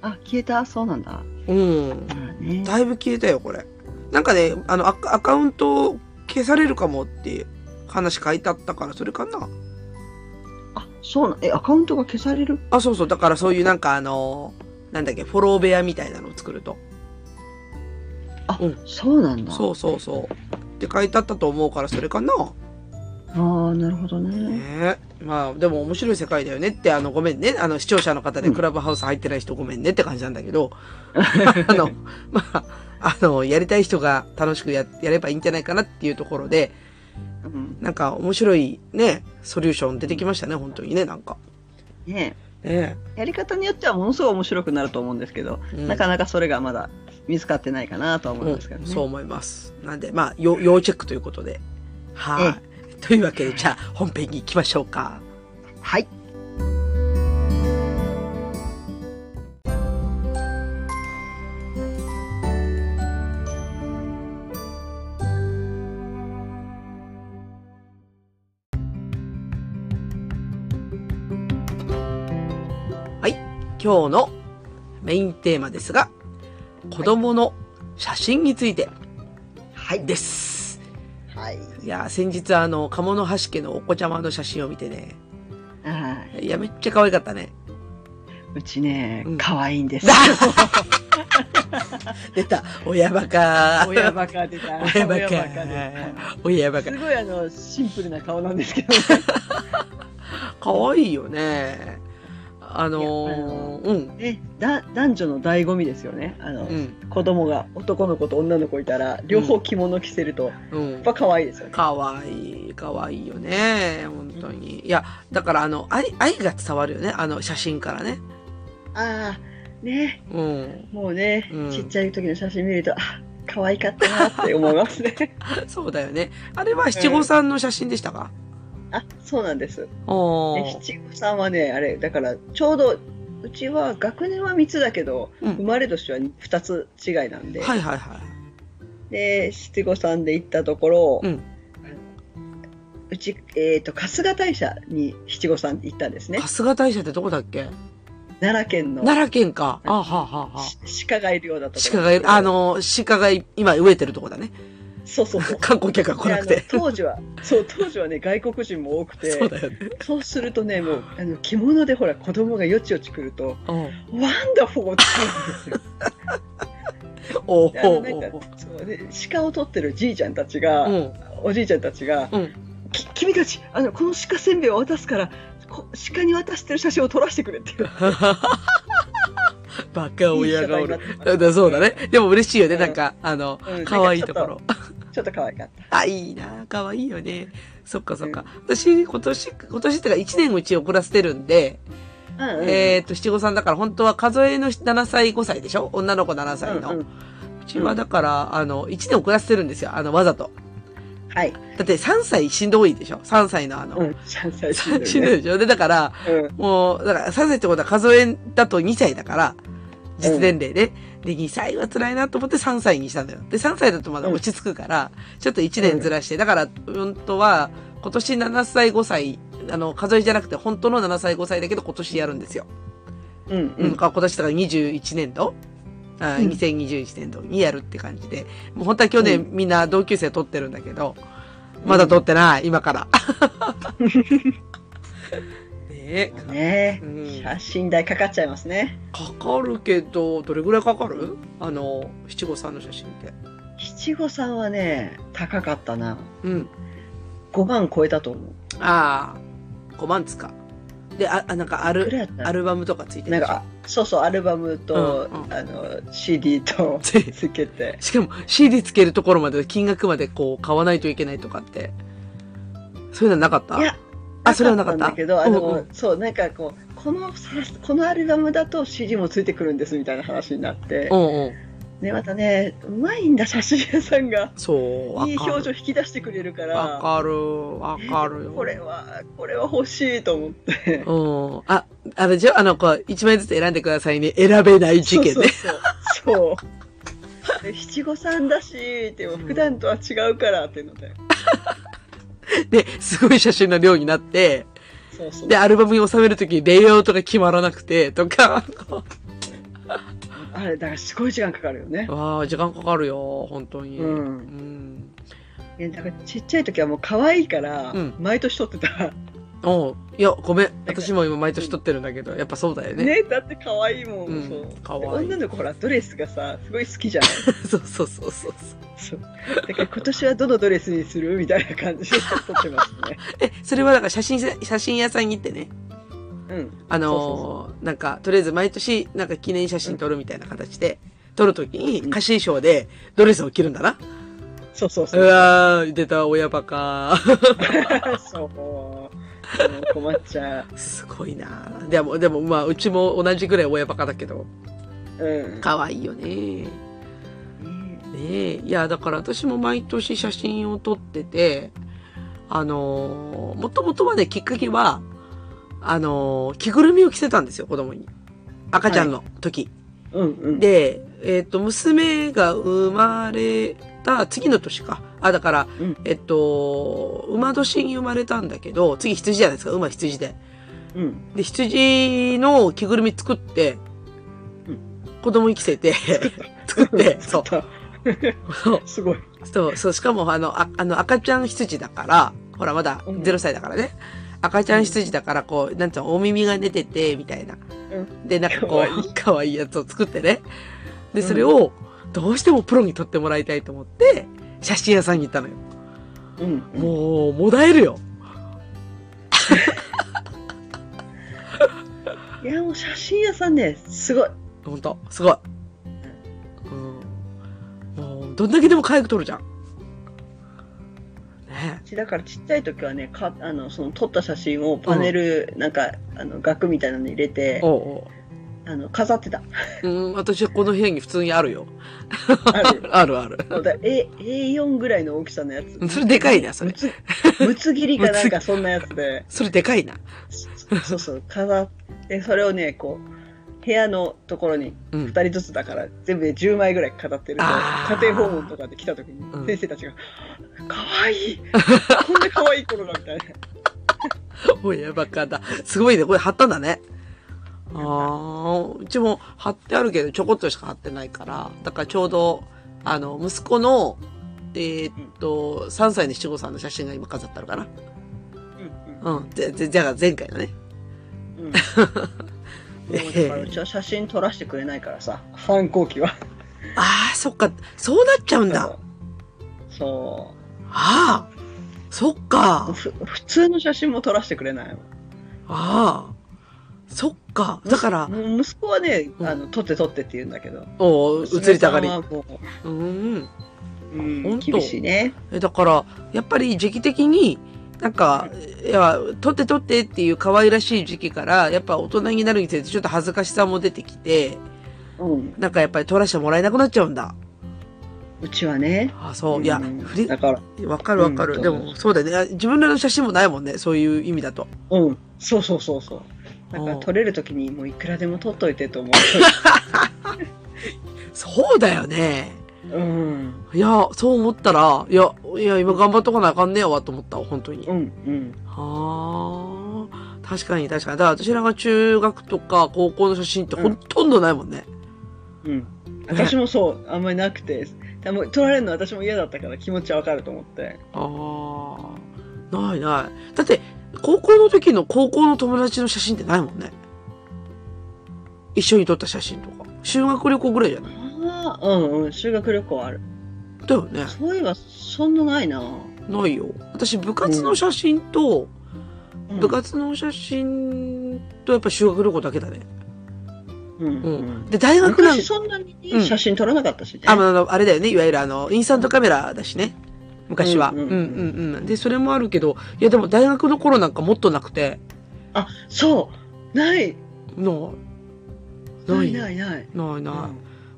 Speaker 3: あ消えたそうなんだ。
Speaker 2: うん。
Speaker 3: まあね、
Speaker 2: だいぶ消えたよ、これ。なんかね、あの、アカアカウント消されるかもって話書いてあったから、それかな。
Speaker 3: あそうなんえアカウントが消される
Speaker 2: あ、そうそう。だからそういうなんかあのーなんだっけ、フォロー部屋みたいなのを作ると。
Speaker 3: あ、
Speaker 2: うん
Speaker 3: そうなんだ。
Speaker 2: そうそうそう。って書いてあったと思うから、それかな。
Speaker 3: ああなるほどね。
Speaker 2: ねえ。まあ、でも面白い世界だよねって、あの、ごめんね。あの、視聴者の方で
Speaker 3: うん
Speaker 2: クラブハウス入ってない人ごめんねって感じなんだけ
Speaker 3: [laughs]
Speaker 2: ど、あの、まあ、あの、やりたい人が楽しくや、やればいいんじゃないかなっていうところで、
Speaker 3: うん、
Speaker 2: なんか面白いね、ソリューション出てきましたね、本当にね、なんか。
Speaker 3: ね
Speaker 2: ね
Speaker 3: やり方によってはものすごい面白くなると思うんですけど、
Speaker 2: え。うん
Speaker 3: なかなかそれがまだ見つかってないかなとは思いますけど
Speaker 2: う
Speaker 3: ね。
Speaker 2: んそう思います。なんで、まあ、要要チェックということで。はい。というわけで、じゃあ、本編に行きましょうか。
Speaker 3: はい。
Speaker 2: 今日のメインテーマですが、子供の写真について
Speaker 3: はい。
Speaker 2: です。
Speaker 3: はい。
Speaker 2: いや、先日、あの、鴨の橋家のお子ちゃまの写真を見てね、
Speaker 3: はい
Speaker 2: や、めっちゃ可愛かったね。 [laughs]
Speaker 3: い。うちね
Speaker 2: うん、
Speaker 3: 可愛いんです。
Speaker 2: 出た、親バカ。
Speaker 3: 親バカ出た。
Speaker 2: [laughs] 親バカ
Speaker 3: 出
Speaker 2: 親バ
Speaker 3: た
Speaker 2: カ
Speaker 3: す。ごいあの、シンプルな顔なんですけど、
Speaker 2: 可愛いよね。あのー、うん。
Speaker 3: [laughs] ね、だ男女の醍醐味ですよね。あの、
Speaker 2: うん。
Speaker 3: 子供が男の子と女の子いたら、両方着物着せると、や
Speaker 2: うん
Speaker 3: っ。ぱ可愛いですよね。
Speaker 2: かわいい、かわいいよね。本当に。いや、だからあの、愛、愛が伝わるよね。あの、写真からね。
Speaker 3: ああ、ね、
Speaker 2: うん。
Speaker 3: もうね、
Speaker 2: うん
Speaker 3: ちっちゃい時の写真見ると、あ可愛かったなって思いますね。
Speaker 2: [laughs] [laughs] そうだよね。あれは七五三の写真でしたか、
Speaker 3: あ、そうなんです。
Speaker 2: お
Speaker 3: で
Speaker 2: ー
Speaker 3: 七五三はね、あれ、だから、ちょうど、うちは学年は3つだけど、
Speaker 2: うん
Speaker 3: 生まれ年は2つ違いなんで、
Speaker 2: はいはいはい。
Speaker 3: で七五三で行ったところ、
Speaker 2: う
Speaker 3: うんち、えー、と春日大社に七五三行ったんですね
Speaker 2: 春日大社ってどこだっけ
Speaker 3: 奈良県の
Speaker 2: 奈良県か。あはあはあはあ。
Speaker 3: し鹿がいるようなところ
Speaker 2: 鹿がいる、あの、鹿がい今植えてるとこだね。
Speaker 3: そうそうそう
Speaker 2: 観光客が来なく
Speaker 3: で
Speaker 2: て。
Speaker 3: あの当時は [laughs] そう当時はね外国人も多くて
Speaker 2: そうだよね。
Speaker 3: そうするとねもうあの着物でほら子供がよちよち来る
Speaker 2: [laughs]
Speaker 3: と
Speaker 2: うん
Speaker 3: 「ワンダフォー」って言うんですよ
Speaker 2: おー
Speaker 3: であ
Speaker 2: お
Speaker 3: の
Speaker 2: ー
Speaker 3: な
Speaker 2: お
Speaker 3: んかそうで鹿を取ってるじいちゃんたちが、
Speaker 2: ーうん。
Speaker 3: おじいちゃんたちが、
Speaker 2: うん
Speaker 3: き君たちあのこの鹿せんべいを渡すからこ鹿に渡してる写真を撮らせてくれっていう [laughs]
Speaker 2: バカ
Speaker 3: いい
Speaker 2: 親
Speaker 3: 社
Speaker 2: が
Speaker 3: 会
Speaker 2: お
Speaker 3: になっ
Speaker 2: る。
Speaker 3: てます
Speaker 2: だだそうだね。でも嬉しいよね。
Speaker 3: うん
Speaker 2: なんか、あの
Speaker 3: うん、
Speaker 2: 可愛いところ。
Speaker 3: ちょっと可愛かっ
Speaker 2: あ、いいな、可愛いよね。そっかそっか。私、今年、今年ってか1年うち遅らせてるんで、
Speaker 3: うんうん
Speaker 2: えっ、と、七五三だから、本当は数えの7歳、5歳でしょ女の子7歳の。う
Speaker 3: うんうん
Speaker 2: ちはだから、あの、1年遅らせてるんですよ。あの、わざと。
Speaker 3: はい。
Speaker 2: だって3歳しんどいでしょ ?3 歳のあの。
Speaker 3: うん。3歳
Speaker 2: [laughs] し
Speaker 3: 死んで
Speaker 2: んどい
Speaker 3: る、ね。
Speaker 2: でしょで、だから、
Speaker 3: うん。
Speaker 2: もう、だから3歳ってことは数えだと2歳だから、実年齢で。で、2歳は辛いなと思って3歳にしたんだよ。で、3歳だとまだ落ち着くから、ちょっと1年ずらして。だから、本当は、今年7歳、5歳、あの、数えじゃなくて、本当の7歳、5歳だけど、今年やるんですよ。
Speaker 3: うん。
Speaker 2: う、
Speaker 3: うんん。
Speaker 2: 今年だから21年度あ
Speaker 3: うん
Speaker 2: 2021年度にやるって感じで、もう本当は去年みんな同級生取ってるんだけど、
Speaker 3: うん
Speaker 2: まだ取ってない、今 [laughs] から。ねえ。
Speaker 3: ね
Speaker 2: うん
Speaker 3: え。写真代かかっちゃいますね。
Speaker 2: かかるけど、どれぐらいかかるあの、七五三の写真って。
Speaker 3: 七五三はね、高かったな。
Speaker 2: うん。
Speaker 3: 5万超えたと思う。
Speaker 2: ああ、5万つか。で、あ、あなんかあ
Speaker 3: いくら
Speaker 2: る、
Speaker 3: やった
Speaker 2: アルバムとかついて
Speaker 3: な
Speaker 2: るで
Speaker 3: ん
Speaker 2: しょ
Speaker 3: か、そうそう、アルバムと、
Speaker 2: うんうん
Speaker 3: あの、CD
Speaker 2: [laughs]
Speaker 3: とつけて。
Speaker 2: しかも CD つけるところまで、金額までこう買わないといけないとかって。そういうのなかった
Speaker 3: いや、
Speaker 2: あそれはなかった
Speaker 3: んだけど、あの、
Speaker 2: うんうん
Speaker 3: そう、なんかこう、この、このアルバムだと CD もついてくるんですみたいな話になって
Speaker 2: う、んうん。
Speaker 3: ね、またね、うまいんだ、写真屋さんが。
Speaker 2: そう、わ
Speaker 3: いい表情
Speaker 2: か
Speaker 3: 引き出してくれるか
Speaker 2: る。わ
Speaker 3: ら、
Speaker 2: かる、わかるよ。
Speaker 3: これは、これは欲しいと思って。
Speaker 2: うん。あ、あれじゃあ、あの、こう、一枚ずつ選んでくださいね。選べない事件ね。 [laughs]
Speaker 3: そうそうそう。そうで七五三だし、でも普段とは違うからっていうので。
Speaker 2: で、すごい写真の量になって、
Speaker 3: そうそう
Speaker 2: で、。アルバムに収めるときにレイアウトが決まらなくて、とか。 [laughs]
Speaker 3: あれ、だからすごい時間かかるよね。
Speaker 2: わあ、時間かかるよ、本当に。
Speaker 3: うん
Speaker 2: うん。
Speaker 3: いやだからちっちゃい時はもう可愛いから
Speaker 2: うん、
Speaker 3: 毎年撮ってた。
Speaker 2: おういや、ごめん。私も今毎年撮ってるんだけど、やっぱそうだよね。
Speaker 3: ね、だって可愛いも。
Speaker 2: うんん
Speaker 3: そうで
Speaker 2: 可愛い
Speaker 3: 女の子ほら、ドレスがさ、すごい好きじゃない。
Speaker 2: [laughs] そうそうそうそう。
Speaker 3: そう。だから今年はどのドレスにするみたいな感じで撮ってますね。
Speaker 2: え、それはだから写真せ、写真屋さんに行ってね。
Speaker 3: うん。
Speaker 2: あのー
Speaker 3: そう
Speaker 2: なんか、とりあえず毎年、なんか記念写真撮るみたいな形で、撮るときに、歌詞衣装でドレスを着るんだな。
Speaker 3: そうそうそうう。
Speaker 2: わー、出た親バカ。 [laughs]
Speaker 3: [laughs] そう。もう困っちゃ
Speaker 2: すごいなでも、でも、まあ、うちも同じぐらい親バカだけど、
Speaker 3: う。うん。
Speaker 2: 可愛いよね。ねえ。いや、だから私も毎年写真を撮ってて、あのー、もともとはね、きっかけは、あのー着ぐるみを着せたんですよ、子供に。赤ちゃんの時。
Speaker 3: うんうん。
Speaker 2: で、えっ、と、娘が生まれた次の年か。あ、だから、
Speaker 3: うん
Speaker 2: えっと、馬年に生まれたんだけど、次羊じゃないですか、馬羊で。
Speaker 3: うん。
Speaker 2: で、羊の着ぐるみ作って、
Speaker 3: うん
Speaker 2: 子供に着せて、 [laughs] 作って、
Speaker 3: [laughs]
Speaker 2: そう。そう
Speaker 3: すごい。
Speaker 2: そう、そう、しかも、あの、ああの赤ちゃん羊だから、ほら、まだ
Speaker 3: うん
Speaker 2: 0歳だからね。赤ちゃん羊だから、こう、なんつうの、お耳が出てて、みたいな。
Speaker 3: う
Speaker 2: で、なんか
Speaker 3: か
Speaker 2: こ、
Speaker 3: わいう
Speaker 2: かわいいやつを作ってね。で、それを、どうしてもプロに撮ってもらいたいと思って、写真屋さんに行ったのよ。
Speaker 3: うん。も
Speaker 2: もう、もだえるよ。
Speaker 3: うん。いや、もう写真屋さんね、すごい。
Speaker 2: ほんと、すごい。うん。もう、どんだけでも可愛く撮るじゃん。ね
Speaker 3: うちだからちっちゃい時はね、かあのその撮った写真をパネル、なんか、あの額みたいなのに入れ
Speaker 2: え。、
Speaker 3: て
Speaker 2: おうおう。
Speaker 3: あの飾ってた。
Speaker 2: うん、私はこの部屋に普通にあるよ。[laughs]
Speaker 3: ある
Speaker 2: あるある。
Speaker 3: そうだ A A4 ぐらいの大きさのやつ。
Speaker 2: それでかいな、そ
Speaker 3: む
Speaker 2: れ。
Speaker 3: つむつ切りかなんかそんなやつで、
Speaker 2: それでかいな。
Speaker 3: そうそう、飾って、それをね、こう、部屋のところに
Speaker 2: [laughs] うん。
Speaker 3: 2人ずつだから、全部で10枚ぐらい飾ってると、
Speaker 2: あー
Speaker 3: 家庭訪問とかで来た時に
Speaker 2: う、ん
Speaker 3: 先生たちが、かわいいこんなかわいい頃だみたいな。
Speaker 2: 親バカだ。すごいね、これ貼ったんだね。ああ、うちも貼ってあるけど、ちょこっとしか貼ってないから、だからちょうど、あの、息子の、えーっと、3歳の七五三の写真が今飾ってあるかな。
Speaker 3: うん
Speaker 2: うん。ぜ、ぜ、じゃあ前回のね。
Speaker 3: うん [laughs] うん。もうだからうちは写真撮らせてくれないからさ、反抗期は。
Speaker 2: ああ、そっか。そうなっちゃうんだ。
Speaker 3: そ
Speaker 2: ああ。そっ
Speaker 3: う。
Speaker 2: か。
Speaker 3: ふ普通の写真も撮らせてくれないの。
Speaker 2: ああ。そっか。だから、
Speaker 3: もう息子はね、
Speaker 2: うん
Speaker 3: あの撮って撮ってって言うんだけど
Speaker 2: おう移りたがり。
Speaker 3: 娘さん
Speaker 2: う
Speaker 3: はも
Speaker 2: ん。
Speaker 3: う、うん
Speaker 2: 本当
Speaker 3: 厳しいね
Speaker 2: えだから、やっぱり時期的に、なんか、いや、取って取ってっていう可愛らしい時期から、やっぱ大人になるにつれてちょっと恥ずかしさも出てきて、
Speaker 3: うん。
Speaker 2: なんかやっぱり取らせてもらえなくなっちゃうんだ。
Speaker 3: うちはね。
Speaker 2: あ、そう。いや、
Speaker 3: うん
Speaker 2: ふり、
Speaker 3: だから、
Speaker 2: わかるわかる。
Speaker 3: うん
Speaker 2: でも、そうだよねいや。自分らの写真もないもんね。そういう意味だと。
Speaker 3: うん。そうそうそうそう。だから
Speaker 2: うん
Speaker 3: 取れるときにもういくらでも取っといてと思
Speaker 2: [laughs] そうだよね。
Speaker 3: う。うん。
Speaker 2: いや、そう思ったら、いや、いや、今頑張っとかなあかんねやわ、と思ったわ、本当に。
Speaker 3: うん。うん。
Speaker 2: はあ。確かに確かに。だから私らが中学とか高校の写真ってほとんどないもんね。
Speaker 3: うん。私もそう。あんまりなくて。でも取られるの私も嫌だったから気持ちはわかると思って。
Speaker 2: ああ。ないない。だって、高校の時の高校の友達の写真ってないもんね。一緒に撮った写真とか。修学旅行ぐらいじゃない
Speaker 3: ああ、うんうん。修学旅行はある。
Speaker 2: だよね。
Speaker 3: そういえば、そんなないな。
Speaker 2: ないよ。私、部活の写真と、
Speaker 3: うん
Speaker 2: 部活の写真と、やっぱ修学旅行だけだね。
Speaker 3: うん。
Speaker 2: う。
Speaker 3: うんん
Speaker 2: で、大学なん
Speaker 3: 昔そんなに
Speaker 2: うん
Speaker 3: 写真撮らなかったしね。
Speaker 2: あの、あの、あれだよね。いわゆるあの、インスタントカメラだしね。昔は。う
Speaker 3: う
Speaker 2: う
Speaker 3: んんうんん
Speaker 2: うん。で、それもあるけど、いやでも大学の頃なんかもっとなくて、
Speaker 3: あ、そう。ない。
Speaker 2: ない。
Speaker 3: な
Speaker 2: ないい。
Speaker 3: な
Speaker 2: ない
Speaker 3: いない。
Speaker 2: ない。
Speaker 3: うん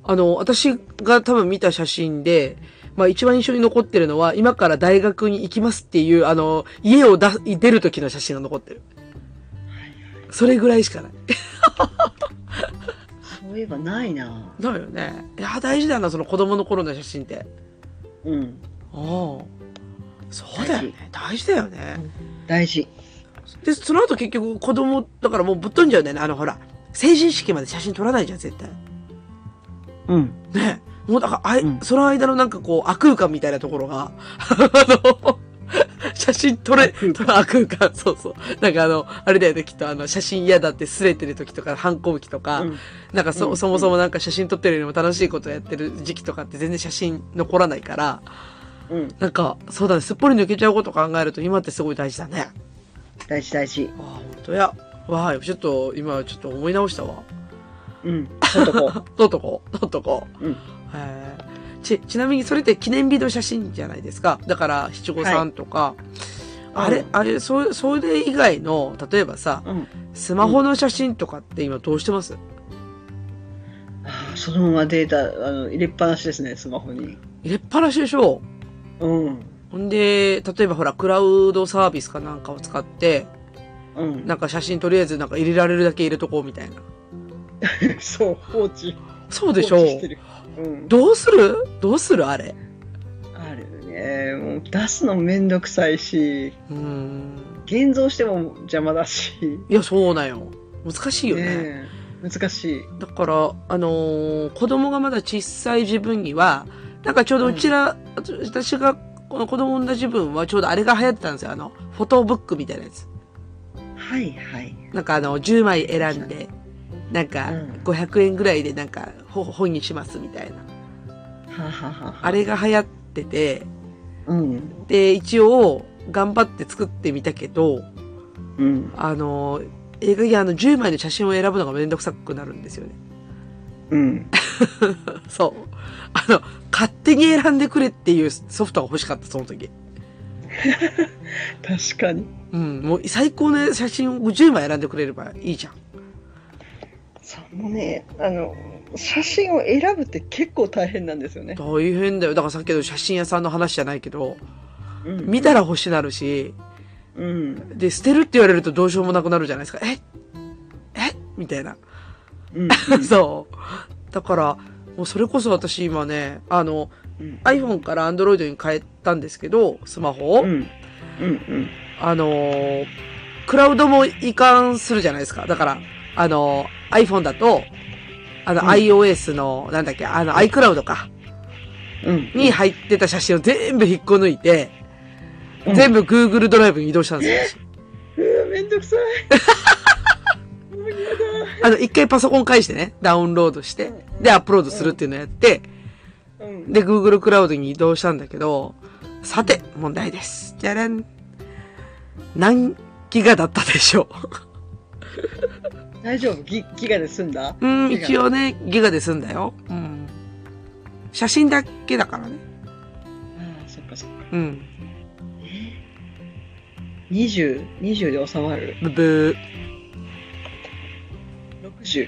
Speaker 2: あの、私が多分見た写真で、まあ一番印象に残ってるのは、今から大学に行きますっていう、あの、家を出、出る時の写真が残ってる。それぐらいしかない。
Speaker 3: そういえばないな。
Speaker 2: だよね。いや、大事だな、その子供の頃の写真って。
Speaker 3: うん。
Speaker 2: ああ。そうだよね。大事だよね。
Speaker 3: 大事。
Speaker 2: で、その後結局子供、だからもうぶっ飛んじゃうんだよね。あの、ほら、成人式まで写真撮らないじゃん、絶対。
Speaker 3: うん。
Speaker 2: ねえもうだから、あい、
Speaker 3: うん
Speaker 2: その間のなんかこう、悪空間みたいなところが、 [laughs] あの、写真撮れ、
Speaker 3: 悪空間
Speaker 2: 撮ら悪空間、そうそう。なんかあの、あれだよね、きっとあの、写真嫌だってすれてる時とか、反抗期とか、
Speaker 3: うん
Speaker 2: なんかそ、
Speaker 3: うん
Speaker 2: そもそもなんか写真撮ってるよりも楽しいことやってる時期とかって全然写真残らないから、
Speaker 3: うん。
Speaker 2: なんか、そうだね、すっぽり抜けちゃうことを考えると、今ってすごい大事だね。
Speaker 3: 大事大事。
Speaker 2: ああ、本当や。わあ、ちょっと、今、ちょっと思い直したわ。 [laughs]
Speaker 3: うん。撮っとこ
Speaker 2: 撮っとこう。撮っとこう。
Speaker 3: う。うん。
Speaker 2: へえち、ちなみにそれって記念日の写真じゃないですか。だから、七五三とか、
Speaker 3: はい
Speaker 2: あ
Speaker 3: う
Speaker 2: れ
Speaker 3: ん、
Speaker 2: あれ、そ、それ以外の、例えばさ、
Speaker 3: うん。
Speaker 2: スマホの写真とかって今どうしてます、
Speaker 3: ああ、そのままデータ、あの、入れっぱなしですね、スマホに。
Speaker 2: 入れっぱなしでしょ
Speaker 3: うん。
Speaker 2: ほんで、例えばほら、クラウドサービスかなんかを使って、
Speaker 3: うん。
Speaker 2: なんか写真とりあえずなんか入れられるだけ入れとこうみたいな。
Speaker 3: そう、放置。
Speaker 2: そうでしょ
Speaker 3: 放置てるうん。
Speaker 2: どうするどうするあれ。
Speaker 3: あるね。もう出すのめんどくさいし、
Speaker 2: うーん。
Speaker 3: 現像しても邪魔だし。
Speaker 2: いや、そうなんよ。難しいよね
Speaker 3: ねえ難しい。
Speaker 2: だから、あのー子供がまだ小さい自分には、なんかちょうどうちら、あと私が、この子供の自分はちょうどあれが流行ってたんですよ。あの、フォトブックみたいなやつ。
Speaker 3: はいはい。
Speaker 2: なんかあの、10枚選んで、なんか
Speaker 3: うん
Speaker 2: 500円ぐらいでなんかほ本にしますみたいな。
Speaker 3: はあはあはあはあ
Speaker 2: あれが流行ってて、
Speaker 3: うん。
Speaker 2: で、一応頑張って作ってみたけど、
Speaker 3: うん。
Speaker 2: あのー映画にあの10枚の写真を選ぶのがめんどくさくなるんですよね。 [laughs]
Speaker 3: うん。
Speaker 2: そう。あの、勝手に選んでくれっていうソフトが欲しかった、その時。
Speaker 3: 確かに。
Speaker 2: うん、もう最高の写真を10枚選んでくれればいいじゃん。
Speaker 3: そうもうね、あの、写真を選ぶって結構大変なんですよね。
Speaker 2: 大変だよ。だからさっきの写真屋さんの話じゃないけど、
Speaker 3: うん
Speaker 2: 見たら欲しなるし、
Speaker 3: うん。
Speaker 2: で、捨てるって言われるとどうしようもなくなるじゃないですか。ええみたいな。 [laughs]
Speaker 3: うん。
Speaker 2: そう。だから、もうそれこそ私今ね、あの、
Speaker 3: うん。
Speaker 2: iPhone から Android に変えたんですけど、スマホを。
Speaker 3: うん。うん。
Speaker 2: あのークラウドも移管するじゃないですか。だから、あのー iPhone だと、あの、
Speaker 3: うん
Speaker 2: iOS の、なんだっけ、あの、iCloud か、
Speaker 3: うん。
Speaker 2: に入ってた写真を全部引っこ抜いて、
Speaker 3: うん
Speaker 2: 全部 Google ドライブに移動したんですよ。
Speaker 3: うわめんどくさい。もう嫌
Speaker 2: あの、一回パソコン返してね、ダウンロードして
Speaker 3: うん、
Speaker 2: で、アップロードするっていうのをやって、
Speaker 3: だ。うん。
Speaker 2: で、Google クラウドに移動したんだけど、さて、問題です。じゃらん。何ギガだったでしょう
Speaker 3: 大丈夫ギギガで済んだ
Speaker 2: うん、
Speaker 3: ギガ
Speaker 2: 一応ね、ギガで済んだよ。うん。写真だけだからね。
Speaker 3: ああ、そっかそっか。
Speaker 2: うん。
Speaker 3: 20、20で収まる。
Speaker 2: ブブ
Speaker 3: 60。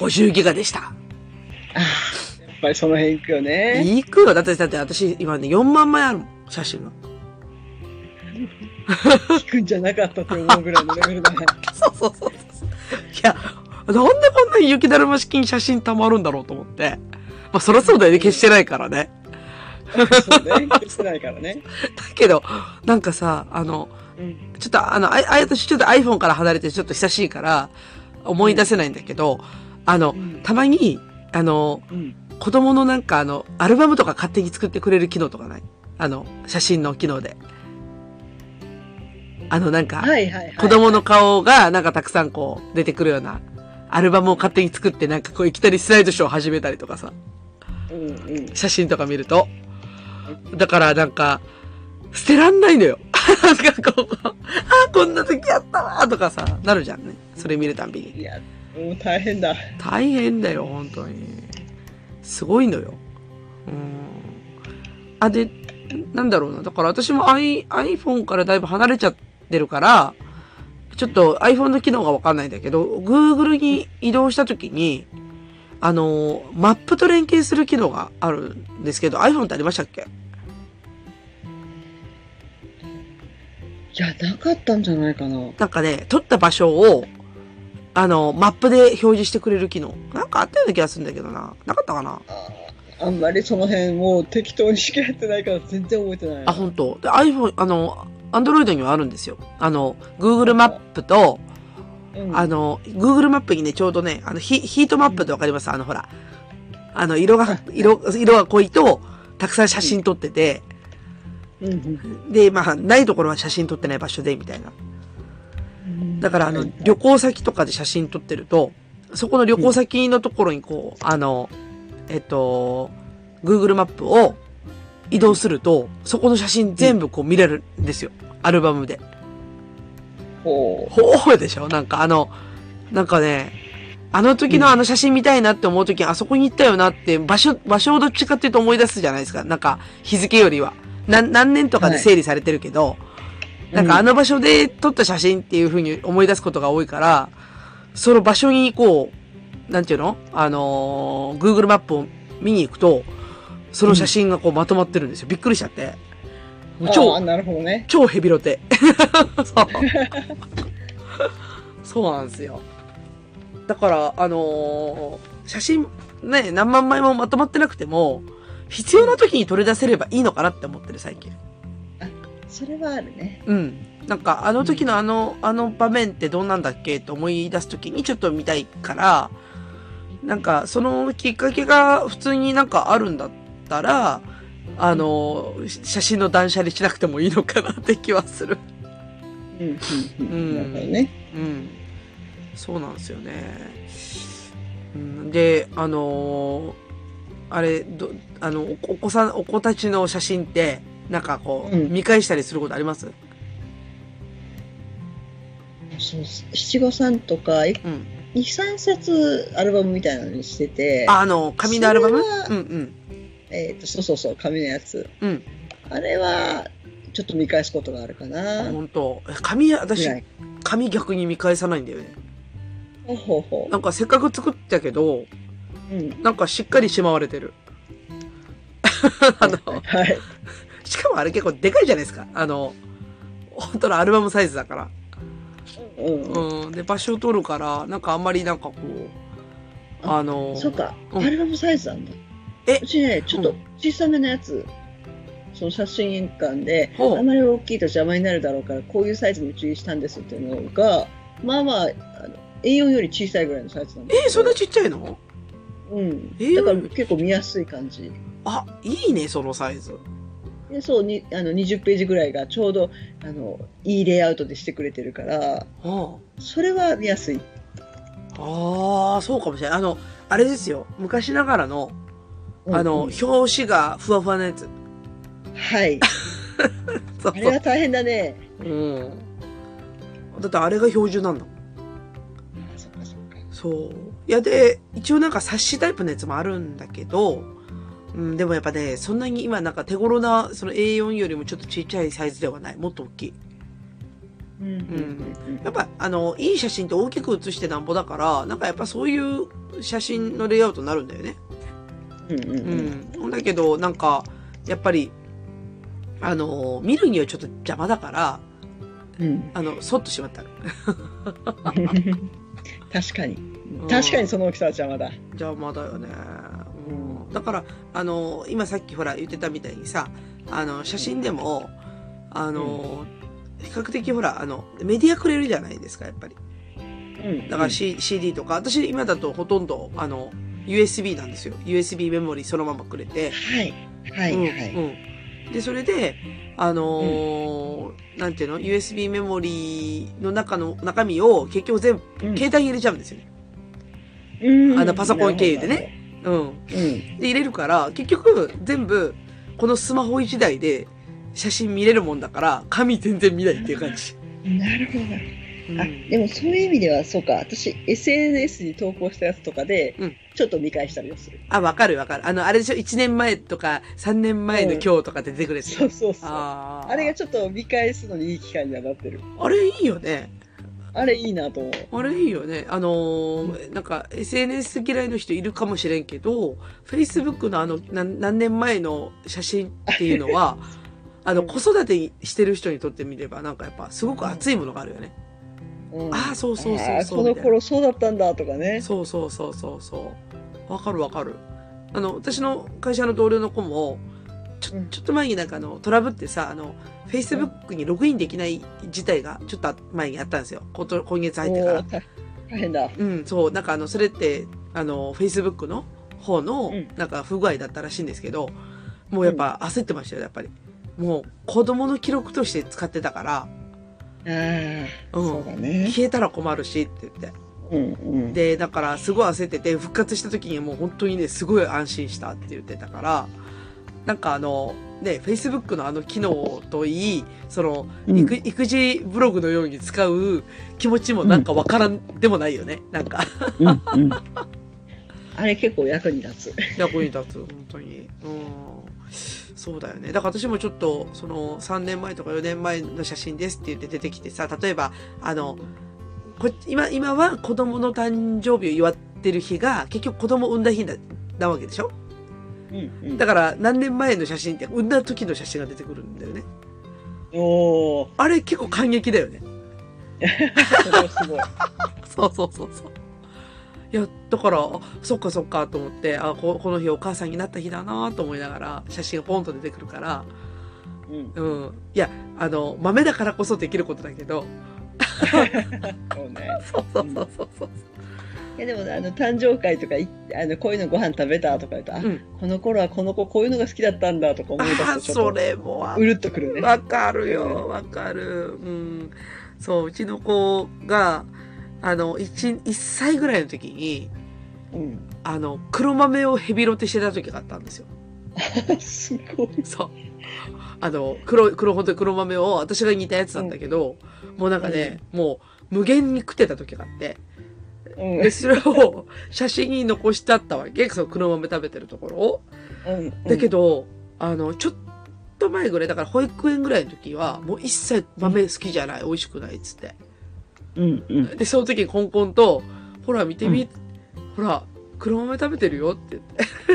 Speaker 2: ー、50ギガでした。
Speaker 3: あーやっぱりその辺行くよね。
Speaker 2: 行くよ。だって、だって私、今ね、4万枚あるもん、写真が。
Speaker 3: 聞くんじゃなかったと思うぐらいのレベルだね。
Speaker 2: そうそうそうそう。いや、なんでこんなに雪だるま式に写真溜まるんだろうと思って。まあ、そりゃそうだよね。消してないからね。
Speaker 3: そうね。消せないからね。
Speaker 2: だけど、なんかさ、あの、
Speaker 3: うん。
Speaker 2: ちょっとあの、ああやとしちょっと iPhone から離れてちょっと久しいから、思い出せないんだけど、あの
Speaker 3: う、ん
Speaker 2: たまに、あの、
Speaker 3: うん。
Speaker 2: 子供のなんかあの、アルバムとか勝手に作ってくれる機能とかないあの、写真の機能で。あの、なんか、
Speaker 3: はいはいはい。
Speaker 2: 子供の顔がなんかたくさんこう出てくるようなアルバムを勝手に作ってなんかこういきなりスライドショーを始めたりとかさ、
Speaker 3: うんうん。
Speaker 2: 写真とか見ると。だからなんか、捨てらんないのよ。 [laughs] なんかこう、あー、こんな時やったわーとかさ、なるじゃんね。それ見るたんびに。
Speaker 3: いや、もう大変だ。
Speaker 2: 大変だよ、本当に。すごいのよ。うん。あ、で、なんだろうな。だから私も i、iPhone からだいぶ離れちゃってるから、ちょっと iPhone の機能がわかんないんだけど、Google に移動した時に、あの、マップと連携する機能があるんですけど、iPhone ってありましたっけ
Speaker 3: いや、なかったんじゃないかな。
Speaker 2: なんかね、撮った場所を、あの、マップで表示してくれる機能。なんかあったような気がするんだけどな。なかったかな
Speaker 3: あーあんまりその辺もう適当にしかやってないから全然覚えてないな。
Speaker 2: あ、本当。で、iPhone、あの、Android にはあるんですよ。あの、Google マップと、
Speaker 3: うん
Speaker 2: あの、Google マップにね、ちょうどね、あの、ヒヒートマップってわかりますあの、ほら。あの、色が、色、色が濃いと、たくさん写真撮ってて、
Speaker 3: うんうん
Speaker 2: で、まあ、ないところは写真撮ってない場所で、みたいな。
Speaker 3: うん
Speaker 2: だから、あの、旅行先とかで写真撮ってると、そこの旅行先のところにこう、あの、えっと、Google マップを移動すると、そこの写真全部こう見れるんですよ。アルバムで。
Speaker 3: ほ
Speaker 2: ほうでしょなんかあの、なんかね、あの時のあの写真見たいなって思う時、あそこに行ったよなって、場所、場所をどっちかっていうと思い出すじゃないですか。なんか、日付よりは。なん何年とかで整理されてるけど、
Speaker 3: う
Speaker 2: なんかあ
Speaker 3: の、
Speaker 2: の場所で撮った写真っていう風に思い出すことが多いから、その場所にこう、なんていうのあのー Google マップを見に行くと、その写真がこうまとまってるんですよ。びっくりしちゃって。もう
Speaker 3: 超。
Speaker 2: 超
Speaker 3: あ、なるほどね。
Speaker 2: 超ヘビロ [laughs] テ。そう。そうなんですよ。だから、あのー写真ね、何万枚もまとまってなくても、必要な時に取り出せればいいのかなって思ってる最近。
Speaker 3: それはあるね。
Speaker 2: うん。なんか、あの時のあの、あの場面ってどんなんだっけと思い出す時にちょっと見たいから、なんか、そのきっかけが普通になんかあるんだったら、あのー写真の断捨離しなくてもいいのかなって気はする。
Speaker 3: うんうんう
Speaker 2: うん
Speaker 3: ん。なるほどね。
Speaker 2: うん。そうなんですよね。うん、で、あのーあれ、ど、あの、おお子さん、お子たちの写真って、なんかこう、
Speaker 3: うん
Speaker 2: 見返したりすることあります
Speaker 3: そう、七五三とか、
Speaker 2: うん。
Speaker 3: 二三冊アルバムみたいなのにしてて、
Speaker 2: あ、あの、紙のアルバム
Speaker 3: それは
Speaker 2: うんうん。
Speaker 3: えっ、と、そうそうそう、紙のやつ。
Speaker 2: うん。
Speaker 3: あれは、ちょっと見返すことがあるかな。
Speaker 2: 本当紙、
Speaker 3: ぐ
Speaker 2: 私
Speaker 3: ら、い
Speaker 2: 紙逆に見返さないんだよね。
Speaker 3: ほうほうほ
Speaker 2: なんかせっかく作ったけど、
Speaker 3: う。うん。
Speaker 2: なんかしっかりしまわれてる。あの、
Speaker 3: はい。
Speaker 2: しかもあれ結構でかいじゃないですか。あの、本当のアルバムサイズだから。
Speaker 3: うん。うん
Speaker 2: うん、で場所を取るからなんかあんまりなんかこうあの
Speaker 3: そうか、
Speaker 2: うん
Speaker 3: アルバムサイズなんだ。
Speaker 2: え
Speaker 3: うちね、ちょっ
Speaker 2: う
Speaker 3: と
Speaker 2: ん
Speaker 3: 小さめのやつ、その写真館で、
Speaker 2: ほう
Speaker 3: あまり大きいと邪魔になるだろうから、こういうサイズに注意したんですっていうのが、まあまあ、あの A4 より小さいぐらいのサイズなんだけど
Speaker 2: えーそんなちっちゃいの
Speaker 3: うん。
Speaker 2: A4
Speaker 3: だから結構見やすい感じ。
Speaker 2: あいいねそのサイズ
Speaker 3: でそうにあの20ページぐらいがちょうどあのいいレイアウトでしてくれてるから
Speaker 2: あ
Speaker 3: それは見やすい
Speaker 2: あーそうかもしれないあのあれですよ昔ながらの
Speaker 3: うん
Speaker 2: あの、表紙がふわふわなやつ
Speaker 3: はい
Speaker 2: [laughs] そう
Speaker 3: あれは大変だね
Speaker 2: うんだってあれが標準なんだもん
Speaker 3: そっかそっか
Speaker 2: そういやで一応なんか冊子タイプのやつもあるんだけどうん、でもやっぱね、そんなに今なんか手頃な、その A4 よりもちょっとちっちゃいサイズではない。もっと大きい。
Speaker 3: うんうんうん
Speaker 2: やっぱ、あの、いい写真って大きく写してなんぼだから、なんかやっぱそういう写真のレイアウトになるんだよね。
Speaker 3: うんうんうん
Speaker 2: うん。だけど、なんか、やっぱり、あの、見るにはちょっと邪魔だから、
Speaker 3: うん
Speaker 2: あの、 [laughs] そっとしまった。
Speaker 3: 確かに確かにその大きさは邪魔だ
Speaker 2: 邪魔だよね。うんだから、あの、今さっきほら言ってたみたいにさ、あの、写真でも、あの、比較的ほら、あの、メディアくれるじゃないですか、やっぱり。
Speaker 3: うん
Speaker 2: だから、C CD とか、私今だとほとんど、あの、USB なんですよ。USB メモリーそのままくれて。
Speaker 3: はいはい
Speaker 2: うん
Speaker 3: はい
Speaker 2: うん。で、それで、あのーなんていうの ?USB メモリーの中の、中身を結局全部、
Speaker 3: うん
Speaker 2: 携帯に入れちゃうんですよね。
Speaker 3: うん
Speaker 2: あのパソコン経由でねうん。
Speaker 3: うん
Speaker 2: で入れるから、結局全部、このスマホ一台で写真見れるもんだから、紙全然見ないっていう感じ。
Speaker 3: なるほど
Speaker 2: うん
Speaker 3: [laughs] あでもそういう意味ではそうか私 SNS に投稿したやつとかで、
Speaker 2: うん
Speaker 3: ちょっと見返したりをする
Speaker 2: あ、わかるわかる。あの、あれでしょ ?1 年前とか3年前の今日とか出てくるやつ。
Speaker 3: そうそうそうあ
Speaker 2: あー
Speaker 3: れがちょっと見返すのにいい機会にはなってる
Speaker 2: あれいいよね。
Speaker 3: あれいいなと思う
Speaker 2: あれいいよね。あのーなんか SNS 嫌いの人いるかもしれんけど、Facebook のあの、なん何年前の写真っていうの
Speaker 3: [laughs]
Speaker 2: は、あの、子育てしてる人にとってみれば、なんかやっぱすごく熱いものがあるよね。
Speaker 3: うん
Speaker 2: ああ、そうそうそ
Speaker 3: あ
Speaker 2: う
Speaker 3: ー
Speaker 2: そう。
Speaker 3: この
Speaker 2: みたいな
Speaker 3: 頃そうだったんだとかね
Speaker 2: そうそうそうそうそう。わかるわかる。あの、私の会社の同僚の子も、ち
Speaker 3: う
Speaker 2: ょ
Speaker 3: ん
Speaker 2: ちょっと前になんかあの、トラブってさ、あの、Facebook にログインできない事態がちょっと前にあったんですよ。こと今月入ってか
Speaker 3: お
Speaker 2: ら
Speaker 3: ー。大大変だ
Speaker 2: うん、そう、なんかあの、それって、あの、Facebook の方の
Speaker 3: うん、
Speaker 2: なんか不具合だったらしいんですけど、もうやっぱ焦ってましたよ、やっぱり。もう、子供の記録として使ってたから、
Speaker 3: あー、
Speaker 2: うん
Speaker 3: そうだね
Speaker 2: 消えたら困るしって言って。
Speaker 3: うんうん
Speaker 2: で、だからすごい焦ってて、復活した時にもう本当にね、すごい安心したって言ってたから、なんかあの、ね、Facebook のあの機能といい、その、
Speaker 3: うん
Speaker 2: 育育児ブログのように使う気持ちもなんかわからんでもないよね、なんか。
Speaker 3: うんうん [laughs] あれ結構役に立つ
Speaker 2: 役に立つ本当にうんそうだよねだから私もちょっとその3年前とか4年前の写真ですって言って出てきてさ例えばあのこ今今は子供の誕生日を祝ってる日が結局子供を産んだ日ななわけでしょ
Speaker 3: うんうん
Speaker 2: だから何年前の写真って産んだ時の写真が出てくるんだよね
Speaker 3: おお
Speaker 2: あれ結構感激だよね
Speaker 3: それはすごい
Speaker 2: そうそうそうそう。いや、だから、あそっかそっかと思って、あこ、この日お母さんになった日だなと思いながら、写真がポンと出てくるから、
Speaker 3: うん
Speaker 2: うん。いや、あの、豆だからこそできることだけど、
Speaker 3: そうね
Speaker 2: そうそうそうそうそう。
Speaker 3: いやでもあの誕生会とかいあのこういうのご飯食べたとか言うと、あ
Speaker 2: うん
Speaker 3: この頃はこの子こういうのが好きだったんだとか思い出
Speaker 2: ああ、
Speaker 3: すとちょ
Speaker 2: そ
Speaker 3: っと
Speaker 2: れもあ
Speaker 3: うるっとくるね。
Speaker 2: わかるよ、わかる。うん。そう、うちの子が、あの、1、1歳ぐらいの時に、
Speaker 3: うん、 [laughs]
Speaker 2: あの、黒豆をヘビロテしてた時があったんですよ。
Speaker 3: すごい。
Speaker 2: そう。あの、黒い、黒、本当に黒豆を、私が煮たやつなんだけど、もうなんかね、もう、無限に食ってた時があって、
Speaker 3: うん
Speaker 2: で、それを写真に残してあったわけ。その黒豆食べてるところを。
Speaker 3: うん、
Speaker 2: だけ
Speaker 3: ど、
Speaker 2: ど、あの、ちょっと前ぐらい、だから保育園ぐらいの時は、もう一切豆好きじゃない、美味しくないっつって。
Speaker 3: うんうん、
Speaker 2: で、その時にコンコンと、ほら見てみ、ほら、黒豆食べてるよって言っ
Speaker 3: [laughs]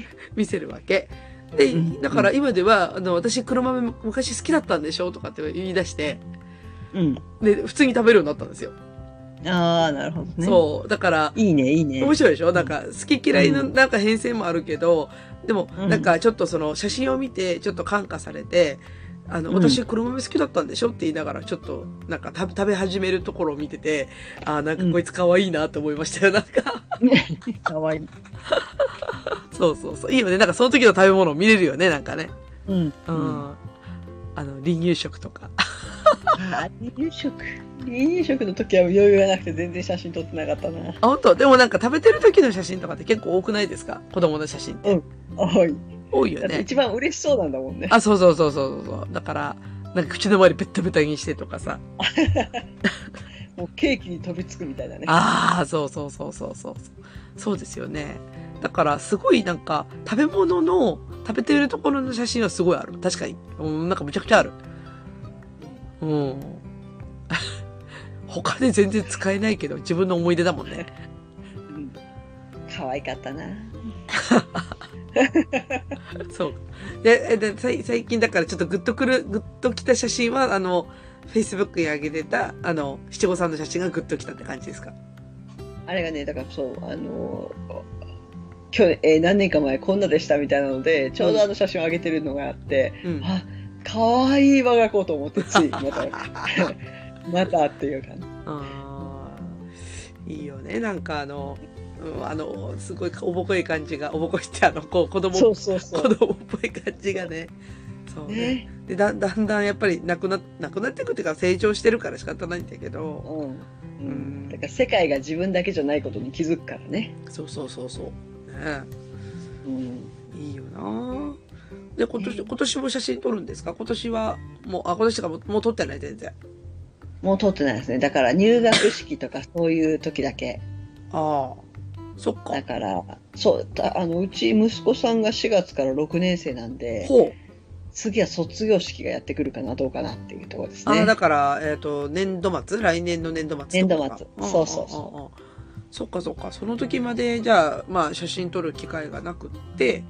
Speaker 2: て、見せるわけ。で
Speaker 3: う、ん
Speaker 2: だから今では、あの、私黒豆昔好きだったんでしょとかって言い出して、
Speaker 3: う
Speaker 2: で、普通に食べるようになったんですよ。
Speaker 3: ん。ああ、なるほどね。
Speaker 2: そう。だから、
Speaker 3: いいね、いいね。
Speaker 2: 面白いでしょなんか、好き嫌いの
Speaker 3: うん
Speaker 2: なんか変遷もあるけど、でも、
Speaker 3: うん
Speaker 2: なんかちょっとその写真を見て、ちょっと感化されて、あの、
Speaker 3: うん
Speaker 2: 私黒豆好きだったんでしょって言いながら、ちょっと、なんか食べ食べ始めるところを見てて、あーなんかこいつ可愛いなと思いましたよ。なんか、
Speaker 3: [laughs] かわいい。
Speaker 2: そうそうそう。いいよね。なんかその時の食べ物を見れるよね、なんかね。
Speaker 3: うん。
Speaker 2: う
Speaker 3: あ
Speaker 2: ん。あの、離乳食とか。
Speaker 3: あ、離乳食。離乳食の時は余裕がなくて全然写真撮ってなかったな。
Speaker 2: あ、本当でもなんか食べてる時の写真とかって結構多くないですか子供の写真って。
Speaker 3: おい。
Speaker 2: 多いよ
Speaker 3: だって
Speaker 2: ね。
Speaker 3: 一番嬉しそうなんだもんね。
Speaker 2: あ、そうそうそうそうそう。だから、なんか口の周りベタベタにしてとかさ。
Speaker 3: もうケーキに飛びつくみたいなね。
Speaker 2: ああ、そうそうそうそうそう。そうですよね。だから、すごいなんか、食べ物の、食べてるところの写真はすごいある。確かに。うん、なんかむちゃくちゃある。うん。 [laughs] 他で全然使えないけど、自分の思い出だもんね。
Speaker 3: うん可愛かったな。
Speaker 2: [laughs] そう。で、えで、さい最近だからちょっとグッとくる、グッときた写真は、あの、Facebook に上げてた、あの、七五三の写真がグッときたって感じですか。
Speaker 3: あれがね、だからそう、あのー、去年、えー何年か前こんなでしたみたいなので、ちょうどあの写真を上げてるのがあって、
Speaker 2: うん。
Speaker 3: あ、可愛い我が子と思って、つい、ま
Speaker 2: [laughs]
Speaker 3: た、またっていう感じ。
Speaker 2: あーいいよね。なんかあの、うん、あの、すごいおぼこい感じが、おぼこいってあの、こう、子供、
Speaker 3: そ
Speaker 2: 子
Speaker 3: うそうそう。
Speaker 2: 供っぽい感じがね。そうね。
Speaker 3: ね。
Speaker 2: で、だだんだんやっぱりなくな、なくなっていくっていうか成長してるから仕方ないんだけど、
Speaker 3: うん。うんん、だから世界が自分だけじゃないことに気づくからね。
Speaker 2: そうそうそうそう。ね
Speaker 3: うん。
Speaker 2: いいよなで、今年、
Speaker 3: ね
Speaker 2: 今年も写真撮るんですか今年は、もう、あ、今年とかももう撮ってない、全然。
Speaker 3: もう撮ってないですね。だから入学式とかそういう時だけ。
Speaker 2: ああ。そっか
Speaker 3: だ。から、そう、だあの、うち息子さんが4月から6年生なんで、
Speaker 2: ほう。
Speaker 3: 次は卒業式がやってくるかな、どうかなっていうところです
Speaker 2: あの、
Speaker 3: ね
Speaker 2: だ。から、えっ、と、年度末来年の年度末ってことか。
Speaker 3: 年度末そうそうそ
Speaker 2: んんんんそっかそっか。その時まで、じゃあ、まあ、写真撮る機会がなくって、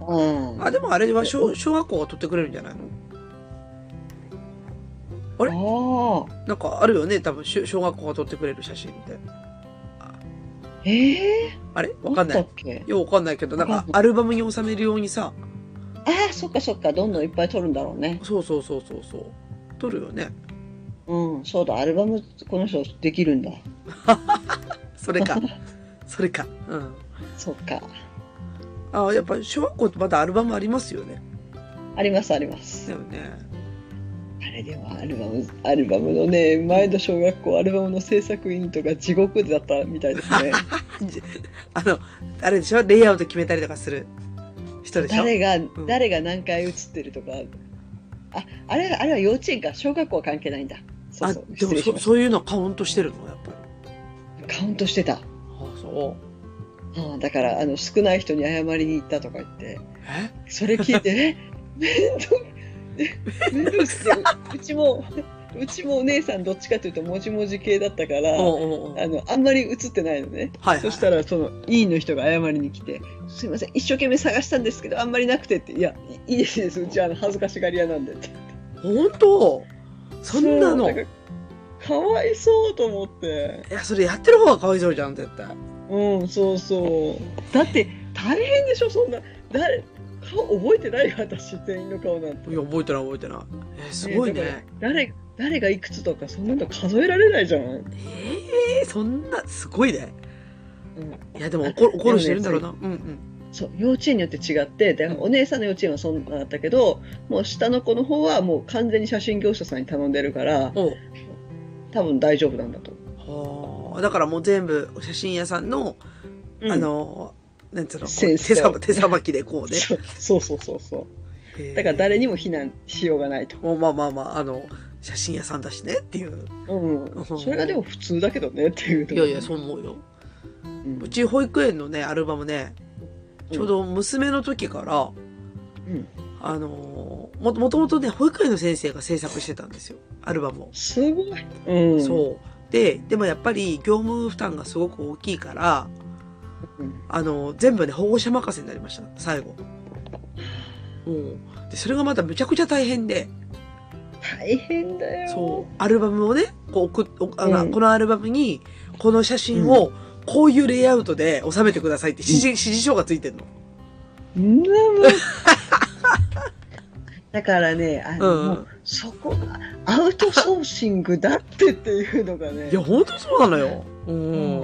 Speaker 3: うん。
Speaker 2: あ、でもあれは小、小学校が撮ってくれるんじゃないのあれ
Speaker 3: あ
Speaker 2: なんかあるよね、多分、小小学校が撮ってくれる写真って。
Speaker 3: あ、ええ
Speaker 2: あれ
Speaker 3: ー、
Speaker 2: わかんな
Speaker 3: あっ
Speaker 2: い
Speaker 3: た。っけ
Speaker 2: ようわかんないけど、なん
Speaker 3: わ
Speaker 2: か
Speaker 3: かんな
Speaker 2: アルバムに収めるようにさ、
Speaker 3: ああ、そっかそっか、どんどんいっぱい撮るんだろうね。
Speaker 2: そうそうそうそうそう。撮るよね。
Speaker 3: うん、そうだ、アルバム、この人できるんだ。
Speaker 2: それ
Speaker 3: [laughs]
Speaker 2: か。それか。うん。
Speaker 3: そっか。
Speaker 2: ああ、やっぱ小学校ってまだアルバムありますよね。
Speaker 3: あります、ありま
Speaker 2: だ
Speaker 3: す。
Speaker 2: よね。
Speaker 3: あれでは、アルバム、アルバムのね、前の小学校、アルバムの制作委員とか地獄だったみたいです
Speaker 2: [laughs]
Speaker 3: ね。
Speaker 2: じ [laughs] あの、あれでしょレイアウト決めたりとかする人でしょ
Speaker 3: 誰が、誰が何回映ってるとか。あ、あれ、あれは幼稚園か、小学校は関係ないんだ。そ
Speaker 2: あ、
Speaker 3: うそう、
Speaker 2: で
Speaker 3: 失
Speaker 2: も
Speaker 3: 礼し
Speaker 2: そ
Speaker 3: まし
Speaker 2: そういうのカウントしてるのやっぱり。
Speaker 3: た。カウントしてた。
Speaker 2: あそ
Speaker 3: うんだから、あの、少ない人に謝りに行ったとか言って。
Speaker 2: う。え
Speaker 3: それ聞
Speaker 2: [laughs]
Speaker 3: いて、え面倒え面倒くさいうちも、うちもお姉さんどっちかというともじもじ系だったから、
Speaker 2: おうおうおう
Speaker 3: あの、あんまり映ってないのね。
Speaker 2: はい、は
Speaker 3: そ
Speaker 2: い。
Speaker 3: したら、その、委員の人が謝りに来て、すいません、一生懸命探したんですけど、あんまりなくてって、いや、いいいです、いいです、うちあの、恥ずかしがり屋なんでって。
Speaker 2: 本当そんなの
Speaker 3: そうだからかわいそうと思って。
Speaker 2: いや、それやってる方がかわいそうじゃん、絶対。
Speaker 3: うん、そうそう。だって、大変でしょ、そんな。誰、顔覚えてないよ私、全員の顔なんて。
Speaker 2: いや、覚えてない覚えてない。えーすごいね。
Speaker 3: ね誰誰がいくつとかそんなの数えられないじゃん、うん、
Speaker 2: えーそんな、すごいね。いや、でも怒る怒る人いるんだろうな。うんうん。
Speaker 3: そう幼稚園によって違ってで
Speaker 2: うん
Speaker 3: お姉さんの幼稚園はそんなだったけどもう下の子の方はもう完全に写真業者さんに頼んでるから
Speaker 2: おう
Speaker 3: 多分大丈夫なんだと、
Speaker 2: はあだからもう全部写真屋さんの、あのなんつうのこう手
Speaker 3: 先生
Speaker 2: さば手さばきでこうね
Speaker 3: [laughs] そうそうそうそうそう
Speaker 2: へえ
Speaker 3: だから誰にも非難しようがないと、
Speaker 2: もうまあまあまああの写真屋さんだしねっていう
Speaker 3: うん、それがでも普通だけどねっていうと
Speaker 2: い
Speaker 3: こ
Speaker 2: やいやそう思うよ
Speaker 3: うん
Speaker 2: うち保育園のねアルバムねちょうど娘の時から、
Speaker 3: うん
Speaker 2: あのーももともとね保育園の先生が制作してたんですよアルバムを、
Speaker 3: すごい、うん、
Speaker 2: そうででもやっぱり業務負担がすごく大きいから
Speaker 3: うん、
Speaker 2: あの、全部ね、保護者任せになりました、最後。うん。で、それがまたむちゃくちゃ大変で、
Speaker 3: 大変だよ
Speaker 2: そう、アルバムをね、こう送っ、おあの
Speaker 3: うん
Speaker 2: このアルバムに、この写真を、こういうレイアウトで収めてくださいって指示、指示書がついてんの。 [laughs]
Speaker 3: うんだからね、あの、
Speaker 2: うん
Speaker 3: もうそこがアウトソーシングだってっていうのがね
Speaker 2: い、や、ほんとそうなのよ。うん。
Speaker 3: ん
Speaker 2: い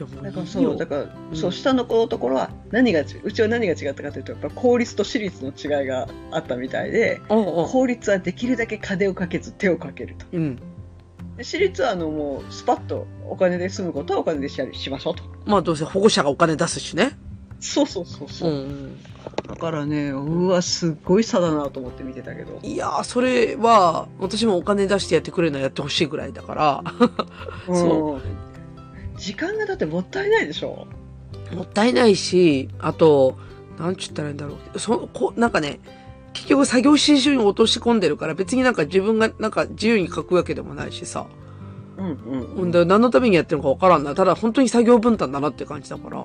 Speaker 2: や、もうい
Speaker 3: だから
Speaker 2: い
Speaker 3: そ
Speaker 2: よ
Speaker 3: う、だから、
Speaker 2: うん
Speaker 3: そう、下の子のところは何がち、うちは何が違ったかというと、やっぱ公立と私立の違いがあったみたいで、
Speaker 2: うんうん
Speaker 3: 公立はできるだけ金をかけず手をかけると。
Speaker 2: うん。
Speaker 3: で私立はあのもうスパッとお金で済むことはお金でししましょうと。
Speaker 2: まあ、どうせ保護者がお金出すしね。
Speaker 3: そうそうそうそうう。
Speaker 2: ん。
Speaker 3: だからね、うわ、すごい差だなと思って見てたけど。
Speaker 2: いやー、それは、私もお金出してやってくれるのはやってほしいぐらいだから。そ
Speaker 3: うん。時間がだってもったいないでしょ。
Speaker 2: もったいないし、あと、なんちゅったらいいんだろう。そこなんかね、結局作業指示書に落とし込んでるから、別になんか自分がなんか自由に書くわけでもないしさ。
Speaker 3: うんうん
Speaker 2: ほんで、何のためにやってるのかわからんな。ただ、本当に作業分担だなって感じだから。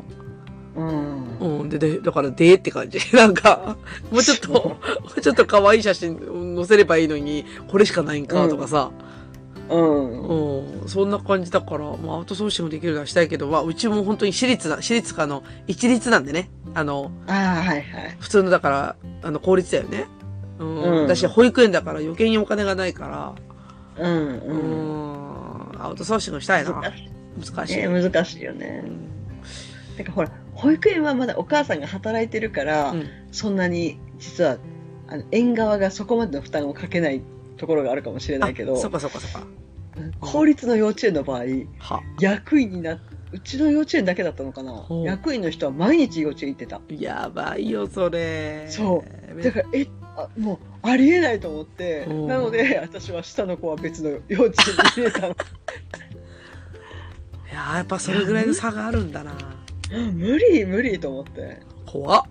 Speaker 3: うん。
Speaker 2: うん。で、で、だから、でって感じ。 [laughs] なんか、もうちょっと、もうちょっと可愛い写真載せればいいのに、これしかないんかとかさ。
Speaker 3: うん。うん。
Speaker 2: うん。そんな感じだから、まあ、アウトソーシングできるのはしたいけど、まあ、うちも本当に私立だ、私立かあの、一律なんでね。あの、
Speaker 3: ああ、はいはい。
Speaker 2: 普通の、だから、あの、公立だよね。うん。
Speaker 3: うん
Speaker 2: だし、保育園だから余計にお金がないから、
Speaker 3: うん
Speaker 2: う
Speaker 3: うん。
Speaker 2: ん。アウトソーシングしたいな。難しい。
Speaker 3: ね、難しいよね。てかほら、保育園はまだお母さんが働いてるから、
Speaker 2: うん
Speaker 3: そんなに実はあの園側がそこまでの負担をかけないところがあるかもしれないけど
Speaker 2: あ、そっかそっかそっか。
Speaker 3: 公立の幼稚園の場合、
Speaker 2: は。
Speaker 3: 役員になうちの幼稚園だけだったのかな
Speaker 2: ほう
Speaker 3: 役員の人は毎日幼稚園行ってた
Speaker 2: やばいよ、それ。。
Speaker 3: そうだからえあもうありえないと思って
Speaker 2: うん
Speaker 3: なので私は下の子は別の幼稚園に入れた
Speaker 2: [laughs]
Speaker 3: の
Speaker 2: いやーやっぱそれぐらいの差があるんだな。
Speaker 3: 無理無理と思
Speaker 2: [laughs]
Speaker 3: って
Speaker 2: 怖っ。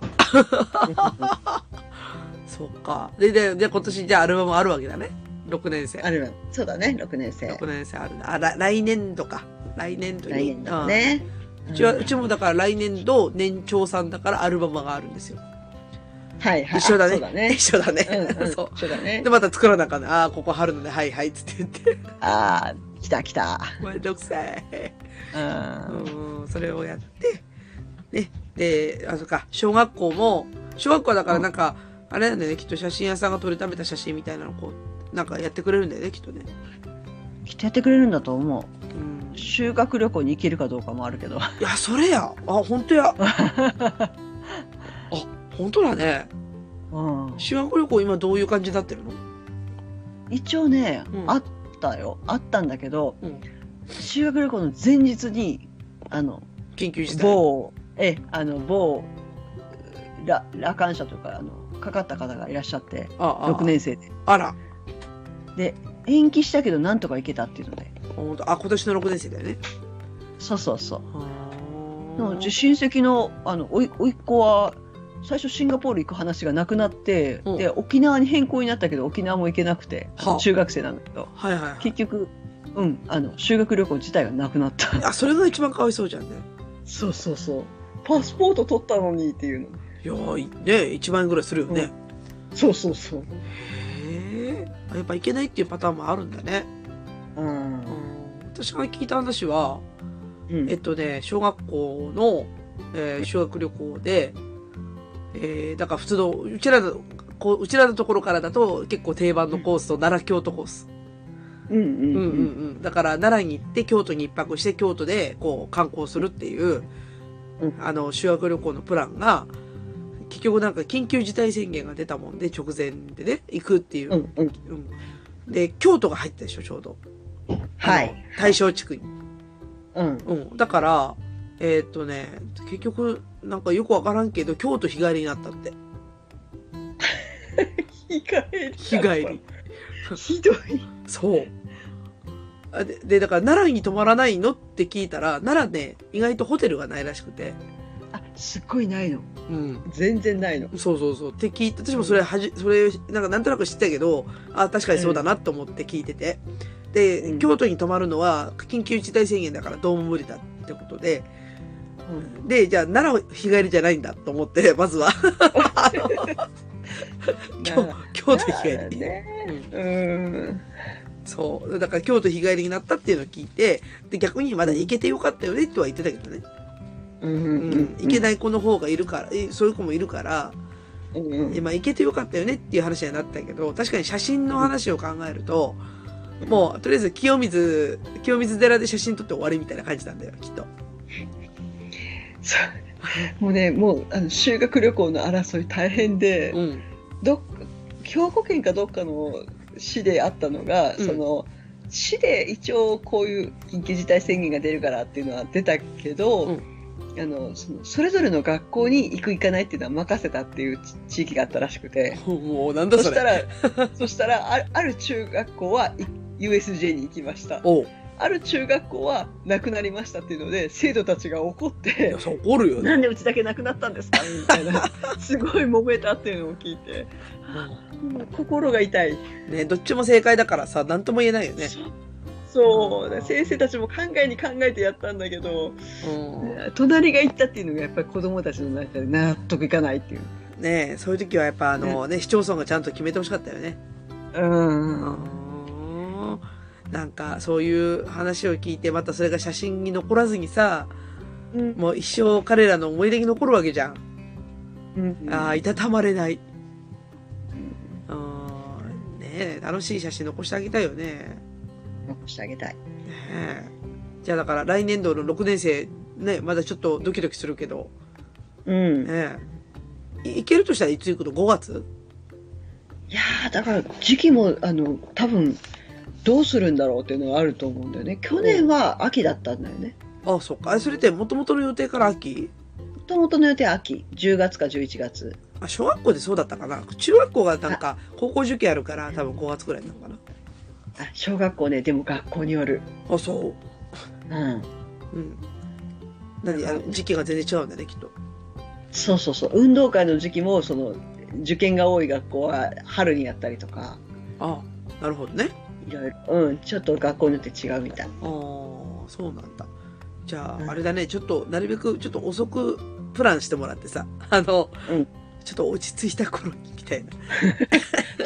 Speaker 2: そっか。で、で、で、今年じゃあアルバムあるわけだね。6年生
Speaker 3: あ。れはそうだね6年生
Speaker 2: 6年生あるな。あ、ら来年度か。来年度に。
Speaker 3: 来年だね
Speaker 2: うんうちは、
Speaker 3: うん
Speaker 2: うちもだから来年度年長さんだからアルバムがあるんですよ。
Speaker 3: はい [laughs] はい
Speaker 2: 一緒だね。
Speaker 3: そうだ
Speaker 2: [laughs]
Speaker 3: ね
Speaker 2: 一緒だ
Speaker 3: うん
Speaker 2: ね。
Speaker 3: うん
Speaker 2: そう。
Speaker 3: 一緒だね
Speaker 2: で、また作らなあかんね。ああ、ここ春のね、はいはい、つって言って。 [laughs]
Speaker 3: ああ来た来た
Speaker 2: めんどくさい。
Speaker 3: うん
Speaker 2: うん、それをやって、ね、で、あ、そっか、小学校も、小学校はだからなんか、あれなんだよね、きっと写真屋さんが撮りためた写真みたいなのをこう、なんかやってくれるんだよね、きっとね。
Speaker 3: きっとやってくれるんだと思う
Speaker 2: うん。い
Speaker 3: 修学旅行に行けるかどうかもある
Speaker 2: [laughs]
Speaker 3: けど
Speaker 2: や、それや。あ、本当
Speaker 3: [laughs]
Speaker 2: や。あ、本当だね。
Speaker 3: うん
Speaker 2: 修学旅行今どういう感じになってるの
Speaker 3: 一応ね、
Speaker 2: うん
Speaker 3: あったよあったんだけど、
Speaker 2: うん
Speaker 3: 修学旅行の前日にあの
Speaker 2: 緊急事態。
Speaker 3: 某ええあの某ら羅漢者というかあのかかった方がいらっしゃって
Speaker 2: ああ、
Speaker 3: 6年生で
Speaker 2: あら。
Speaker 3: で延期したけどなんとか行けたっていうので
Speaker 2: あ本当あ、今年の6年生だよね。
Speaker 3: そうそうそう
Speaker 2: あ
Speaker 3: でもうち親戚のあのおいおいっ子は最初シンガポール行く話がなくなって、
Speaker 2: うん
Speaker 3: で沖縄に変更になったけど沖縄も行けなくて、
Speaker 2: はあ
Speaker 3: 中学生なんだけど
Speaker 2: はいはいはい。
Speaker 3: 結局、うん、あの修学旅行自体がなくなった。
Speaker 2: あ、それが一番かわいそうじゃんね。
Speaker 3: そうそうそう。パスポート取ったのにっていうの。
Speaker 2: いやー、いね、1万円ぐらいするよね。
Speaker 3: うんそうそうそう。
Speaker 2: へえあやっぱいけないっていうパターンもあるんだね、
Speaker 3: うん
Speaker 2: う。ん、私が聞いた話は
Speaker 3: うん
Speaker 2: えっとね小学校の、えー修学旅行で、えー、だから普通のうちらのこううちらのところからだと結構定番のコースと奈良京都コース、
Speaker 3: うん
Speaker 2: うんう
Speaker 3: う
Speaker 2: ん
Speaker 3: ん
Speaker 2: うん、だから奈良に行って京都に一泊して京都でこう観光するっていう、
Speaker 3: うん
Speaker 2: あの修学旅行のプランが結局なんか緊急事態宣言が出たもんで直前でね行くっていう、
Speaker 3: うん。うんうん。
Speaker 2: うん、で京都が入ったでしょちょうど
Speaker 3: は
Speaker 2: あの
Speaker 3: い。
Speaker 2: 大正地区に。
Speaker 3: うん。
Speaker 2: うん。だから、えーっとね、結局、なんかよくわからんけど、京都日帰りになったって。
Speaker 3: 日帰り。
Speaker 2: 日帰り。。
Speaker 3: [laughs] ひどい。
Speaker 2: そう。あで、で、だから奈良に泊まらないのって聞いたら、奈良ね、意外とホテルがないらしくて。
Speaker 3: あ、すっごいないの。
Speaker 2: うん。
Speaker 3: 全然ないの。
Speaker 2: そうそうそう。って聞いて、私もそれはじ、それ、なんかなんとなく知ってたけど、あ、確かにそうだなと思って聞いてて。で、
Speaker 3: うん
Speaker 2: 京都に泊まるのは、緊急事態宣言だからどうも無理だってことで、
Speaker 3: うん。
Speaker 2: で、じゃあ奈良日帰りじゃないんだと思って、 [laughs] まずは、京京都日帰り。
Speaker 3: ね。
Speaker 2: うん
Speaker 3: うん。
Speaker 2: そう。だから京都日帰りになったっていうのを聞いて、で、逆にまだ行けてよかったよねとは言ってたけどね。
Speaker 3: うん
Speaker 2: う
Speaker 3: うんん。。
Speaker 2: 行けない子の方がいるから、えそういう子もいるから、
Speaker 3: うんうん。
Speaker 2: 今行けてよかったよねっていう話にはなったけど、確かに写真の話を考えると、もう、とりあえず清水、清水寺で写真撮って終わりみたいな感じなんだよ、きっと。
Speaker 3: そうもうね、もうあの修学旅行の争い大変で、
Speaker 2: うん。
Speaker 3: どっ兵庫県かどっかの市であったのが、
Speaker 2: うん
Speaker 3: その市で一応こういう緊急事態宣言が出るからっていうのは出たけど、
Speaker 2: うん
Speaker 3: あのそのそれぞれの学校に行く行かないっていうのは任せたっていう地地域があったらしくて
Speaker 2: もう、なんだ
Speaker 3: そ
Speaker 2: そ
Speaker 3: した
Speaker 2: れ。
Speaker 3: らそしたらあるある中学校はい USJ に行きました
Speaker 2: おう。
Speaker 3: ある中学校はなくなりましたっていうので生徒たちが怒っ
Speaker 2: い
Speaker 3: て
Speaker 2: や、。そう怒るよね。
Speaker 3: [laughs] なんでうちだけなくなったんですかみたい [laughs] なすごい揉めたっていうのを聞いてもう心が痛い
Speaker 2: ね、どっちも正解だからさ、なんとも言えないよね。
Speaker 3: そうそうだ先生たちも考えに考えてやったんだけど
Speaker 2: うん
Speaker 3: 隣が行ったっていうのがやっぱり子どもたちの中で納得いかないっていう。
Speaker 2: ねえそういう時はやっぱあのね、市町村がちゃんと決めてほしかったよね。
Speaker 3: うん
Speaker 2: うんなんかそういう話を聞いてまたそれが写真に残らずにさ
Speaker 3: うん
Speaker 2: もう一生彼らの思い出に残るわけじゃん。
Speaker 3: うん
Speaker 2: ああいたたまれない。うんねえ楽しい写真残してあげたいよね。
Speaker 3: 残してあげたい。
Speaker 2: ねえじゃあだから来年度の6年生ねまだちょっとドキドキするけど、
Speaker 3: うん、
Speaker 2: ねえ、いいけるとしたらいつ行くの ?5 月
Speaker 3: いやーだから時期もあの多分どうするんだろうっていうのがあると思うんだよね去年は秋だったんだよね
Speaker 2: ああそっかあそれって元々の予定から秋
Speaker 3: もともとの予定は秋10月か11月
Speaker 2: あ小学校でそうだったかな中学校がなんか高校受験あるから多分5月ぐらいなのかな
Speaker 3: あ小学校ねでも学校による
Speaker 2: あそ
Speaker 3: うん
Speaker 2: ううん何あの時期が全然違うんだねきっと
Speaker 3: そうそうそう運動会の時期もその受験が多い学校は春にやったりとか
Speaker 2: ああなるほどね
Speaker 3: いろいろうんちょっと学校によって違うみたい
Speaker 2: ああそうなんだじゃあ、
Speaker 3: うん
Speaker 2: あれだねちょっとなるべくちょっと遅くプランしてもらってさ [laughs] あの、
Speaker 3: うん
Speaker 2: ちょっと落ち着いた頃にみたいな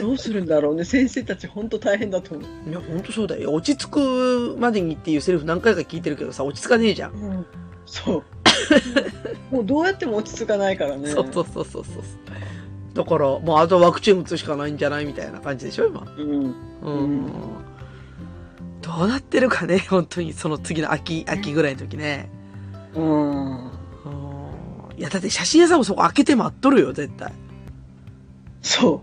Speaker 3: どうするんだろうね先生たち本当大変だと思う、
Speaker 2: いやほんとそうだよ落ち着くまでにっていうセリフ何回か聞いてるけどさ落ち着かねえじゃん、
Speaker 3: うん、
Speaker 2: [laughs]
Speaker 3: そうもうどうやっても落ち着かないからね
Speaker 2: そうそうそうそうそうだからもうあとワクチン打つしかないんじゃないみたいな感じでしょ今
Speaker 3: うん
Speaker 2: うん
Speaker 3: うん
Speaker 2: どうなってるかね、 [laughs] 本当に、その次の秋、秋ぐらいの時ね。
Speaker 3: うん
Speaker 2: うんいや、だって写真屋さんもそこ開けて待っとるよ、絶 [laughs] 対。
Speaker 3: そ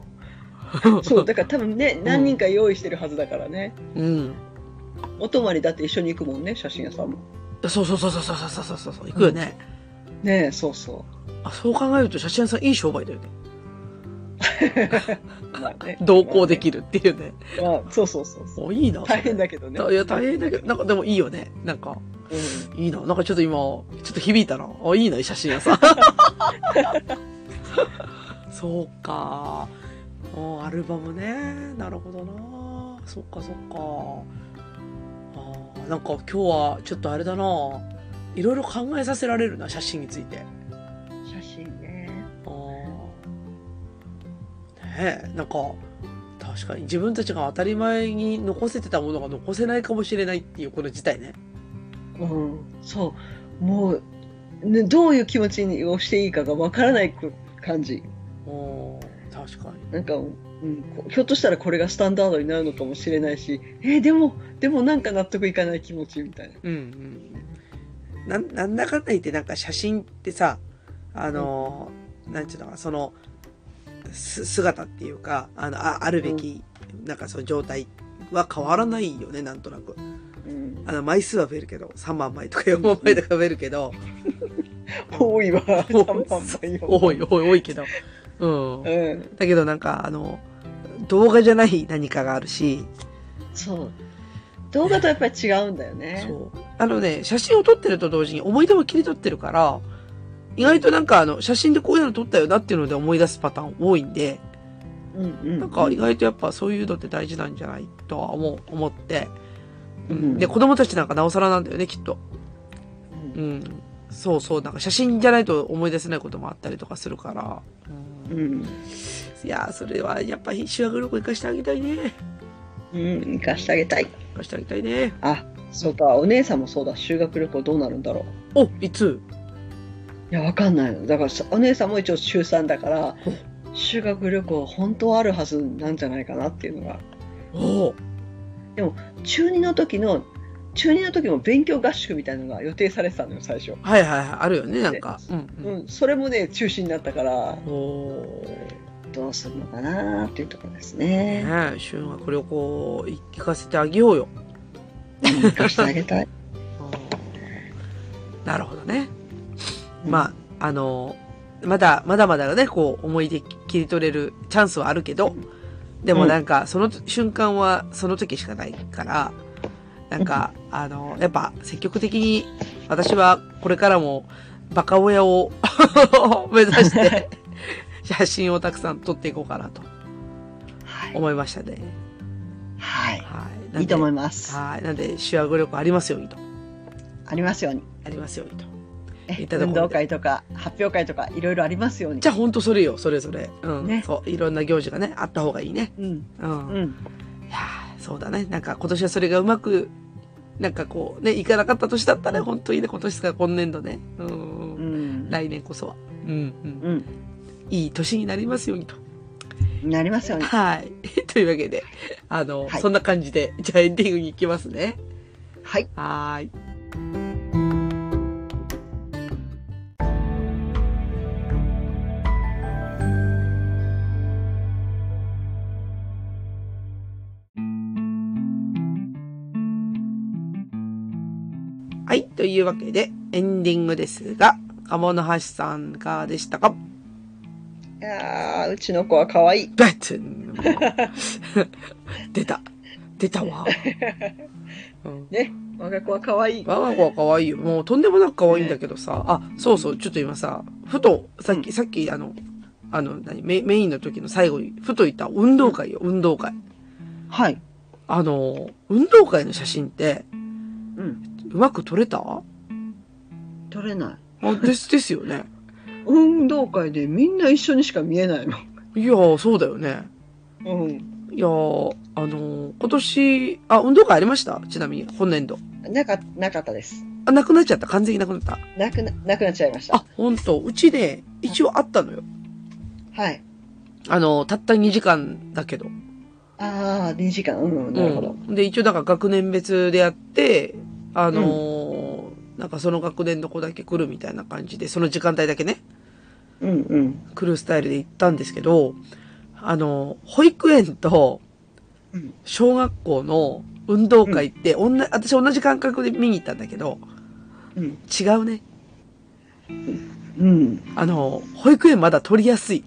Speaker 3: う。そう、だから多分ね、何人か用意してるはずだからね。
Speaker 2: うん。
Speaker 3: お泊まりだって一緒に行くもんね、写真屋さんも。
Speaker 2: そうそうそうそうそうそうそうそうそう、行くよね。
Speaker 3: ねえ、そうそ
Speaker 2: あそう考えると写真屋さんいい商売だよね。
Speaker 3: う。まあね
Speaker 2: 同行できるっていうね。
Speaker 3: まあ、そうそうそうそう。
Speaker 2: おいいな。それ
Speaker 3: 大変だけどね。
Speaker 2: いや、大変だけど、なんかでもいいよね。なんか、
Speaker 3: うん
Speaker 2: いいな。なんかちょっと今、ちょっと響いたな。あ、いいな、写真屋さ
Speaker 3: [laughs]
Speaker 2: ん。そうか。あアルバムね。なるほどな。そっかそっか。あーなんか今日はちょっとあれだな。いろいろ考えさせられるな、写真について。
Speaker 3: 写真ね。
Speaker 2: あーねえ、なんか、確かに自分たちが当たり前に残せてたものが残せないかもしれないっていうこの事態ね。
Speaker 3: うん。そう。もう、ね、どういう気持ちにをしていいかがわからないく感じ。
Speaker 2: うん、確かに。
Speaker 3: なんか、うん、こひょっとしたらこれがスタンダードになるのかもしれないし、えーでも、でもなんか納得いかない気持ちみたいな。
Speaker 2: うんうん。なん、なんだかんだ言ってなんか写真ってさ、あのー、なんていうのかな、その、す、姿っていうか、あの、ああるべき、なんかその状態は変わらないよね、なんとなく。
Speaker 3: うん。
Speaker 2: あの、枚数は増えるけど、3万枚とか4万枚とか増えるけ [laughs] ど、
Speaker 3: 多いわ、
Speaker 2: 多い
Speaker 3: 3万枚よ。
Speaker 2: 多い、多い、多いけど。うん。
Speaker 3: うん。
Speaker 2: だけどなんか、あの、動画じゃない何かがあるし、
Speaker 3: そう。動画とやっぱり違うんだよね。
Speaker 2: そう。あのね、写真を撮ってると同時に思い出も切り取ってるから、意外となんかあの、写真でこういうの撮ったよなっていうので思い出すパターン多いんで、
Speaker 3: うんうん。
Speaker 2: なんか意外とやっぱそういうのって大事なんじゃないとは思う、思って。う
Speaker 3: うん
Speaker 2: ん。で、子供たちなんかなおさらなんだよね、きっと。
Speaker 3: うん
Speaker 2: うん。そうそう、なんか写真じゃないと思い出せないこともあったりとかするから。うん
Speaker 3: うん。
Speaker 2: いやー、それはやっぱ修学旅行行かしてあげたいね。
Speaker 3: うん。行かしてあげたい。
Speaker 2: 行かしてあげたいね。
Speaker 3: あ、そうだ。お姉さんもそうだ。修学旅行どうなるんだろう。
Speaker 2: お、いつ
Speaker 3: いや、わかんないの。だからさ、お姉さんも一応中3だから、修学旅行本当はあるはずなんじゃないかなっていうのが。
Speaker 2: おー
Speaker 3: 中2の時の、中2の時も勉強合宿みたいなのが予定されてたのよ、最初。
Speaker 2: はいはいはい、あるよね、なんか。うん、う。
Speaker 3: うんん。それもね、中止になったから、
Speaker 2: おー。
Speaker 3: どうするのかなっていうところですね。
Speaker 2: ねえ、修学旅行行かせてあげようよ。
Speaker 3: うん行かしてあげたい。
Speaker 2: なるほどね。
Speaker 3: う
Speaker 2: [laughs]
Speaker 3: ん
Speaker 2: まあ、あの、まだ、まだまだね、こう、思い出切り取れるチャンスはあるけど、でもなんか、その瞬間はその時しかないから、なんか、あの、やっぱ積極的に、私はこれからもバカ親を [laughs] 目指 [laughs] して、写真をたくさん撮っていこうかなと
Speaker 3: [laughs] はい。
Speaker 2: 思いましたね。
Speaker 3: はい。
Speaker 2: はい。なんで
Speaker 3: いいと思います。
Speaker 2: はい。なんで、手話語力ありますようにと。
Speaker 3: ありますように。
Speaker 2: ありますようにと。
Speaker 3: え
Speaker 2: いただこ
Speaker 3: 運
Speaker 2: う
Speaker 3: 動会とか発表会とかいろいろありますように。
Speaker 2: じゃあ、ほんとそれよ、それぞれ。うん。
Speaker 3: ね
Speaker 2: そう。いろんな行事がね、あった方がいいね。
Speaker 3: うん、
Speaker 2: うん。
Speaker 3: う
Speaker 2: い
Speaker 3: ん、
Speaker 2: やーそうだね。なんか、今年はそれがうまく、なんかこう、ね、いかなかった年だったね。本当にね、今年が今年度ね。うん。
Speaker 3: うん、
Speaker 2: 来年こそは。うん、うん。
Speaker 3: うん、
Speaker 2: いい年になりますようにと。
Speaker 3: なりますように。
Speaker 2: はい。 [laughs] というわけで、あの、
Speaker 3: はい
Speaker 2: そんな感じで、じゃあエンディングに行きますね。
Speaker 3: はい。
Speaker 2: はーい。はい。というわけで、エンディングですが、鴨の橋さんいかがでしたか
Speaker 3: いやーうちの子は可愛い。
Speaker 2: バッツン出た。出たわ。うん
Speaker 3: ね、我が子は可愛い。
Speaker 2: 我が子は可愛いよ。もうとんでもなく可愛いんだけどさ。あ、そうそう、ちょっと今さ、ふと、さっき、さっき、あの、あの、何メメインの時の最後に、ふと言った運動会よ、運動会。
Speaker 3: はい。
Speaker 2: あの、運動会の写真って、
Speaker 3: うん、
Speaker 2: うまく撮れたあ、
Speaker 3: 取れない。
Speaker 2: です、ですよね。
Speaker 3: 運動会でみんな一緒にしか見えないの。
Speaker 2: いやー、そうだよね。
Speaker 3: うん。
Speaker 2: いやー、あのー今年、あ、運動会ありましたちなみに、本年度。
Speaker 3: なか、なかったです。
Speaker 2: あ、なくなっちゃった。完全になくなった。
Speaker 3: なくな、なくなっちゃいました
Speaker 2: あ。、本当うちね、一応あったのよ。
Speaker 3: はい。
Speaker 2: あの、たった2時間だけど。
Speaker 3: ああ、2時間。うん、なるほど。
Speaker 2: うんで、一応だから学年別でやって、あのーなんかその学年の子だけ来るみたいな感じで、その時間帯だけね、
Speaker 3: うん、うん。
Speaker 2: 来るスタイルで行ったんですけど、あのー保育園と
Speaker 3: うん、
Speaker 2: 小学校の運動会って、おんな私同じ感覚で見に行ったんだけど、
Speaker 3: うん。
Speaker 2: 違うね。
Speaker 3: うん。
Speaker 2: あのー保育園まだ撮りやすい。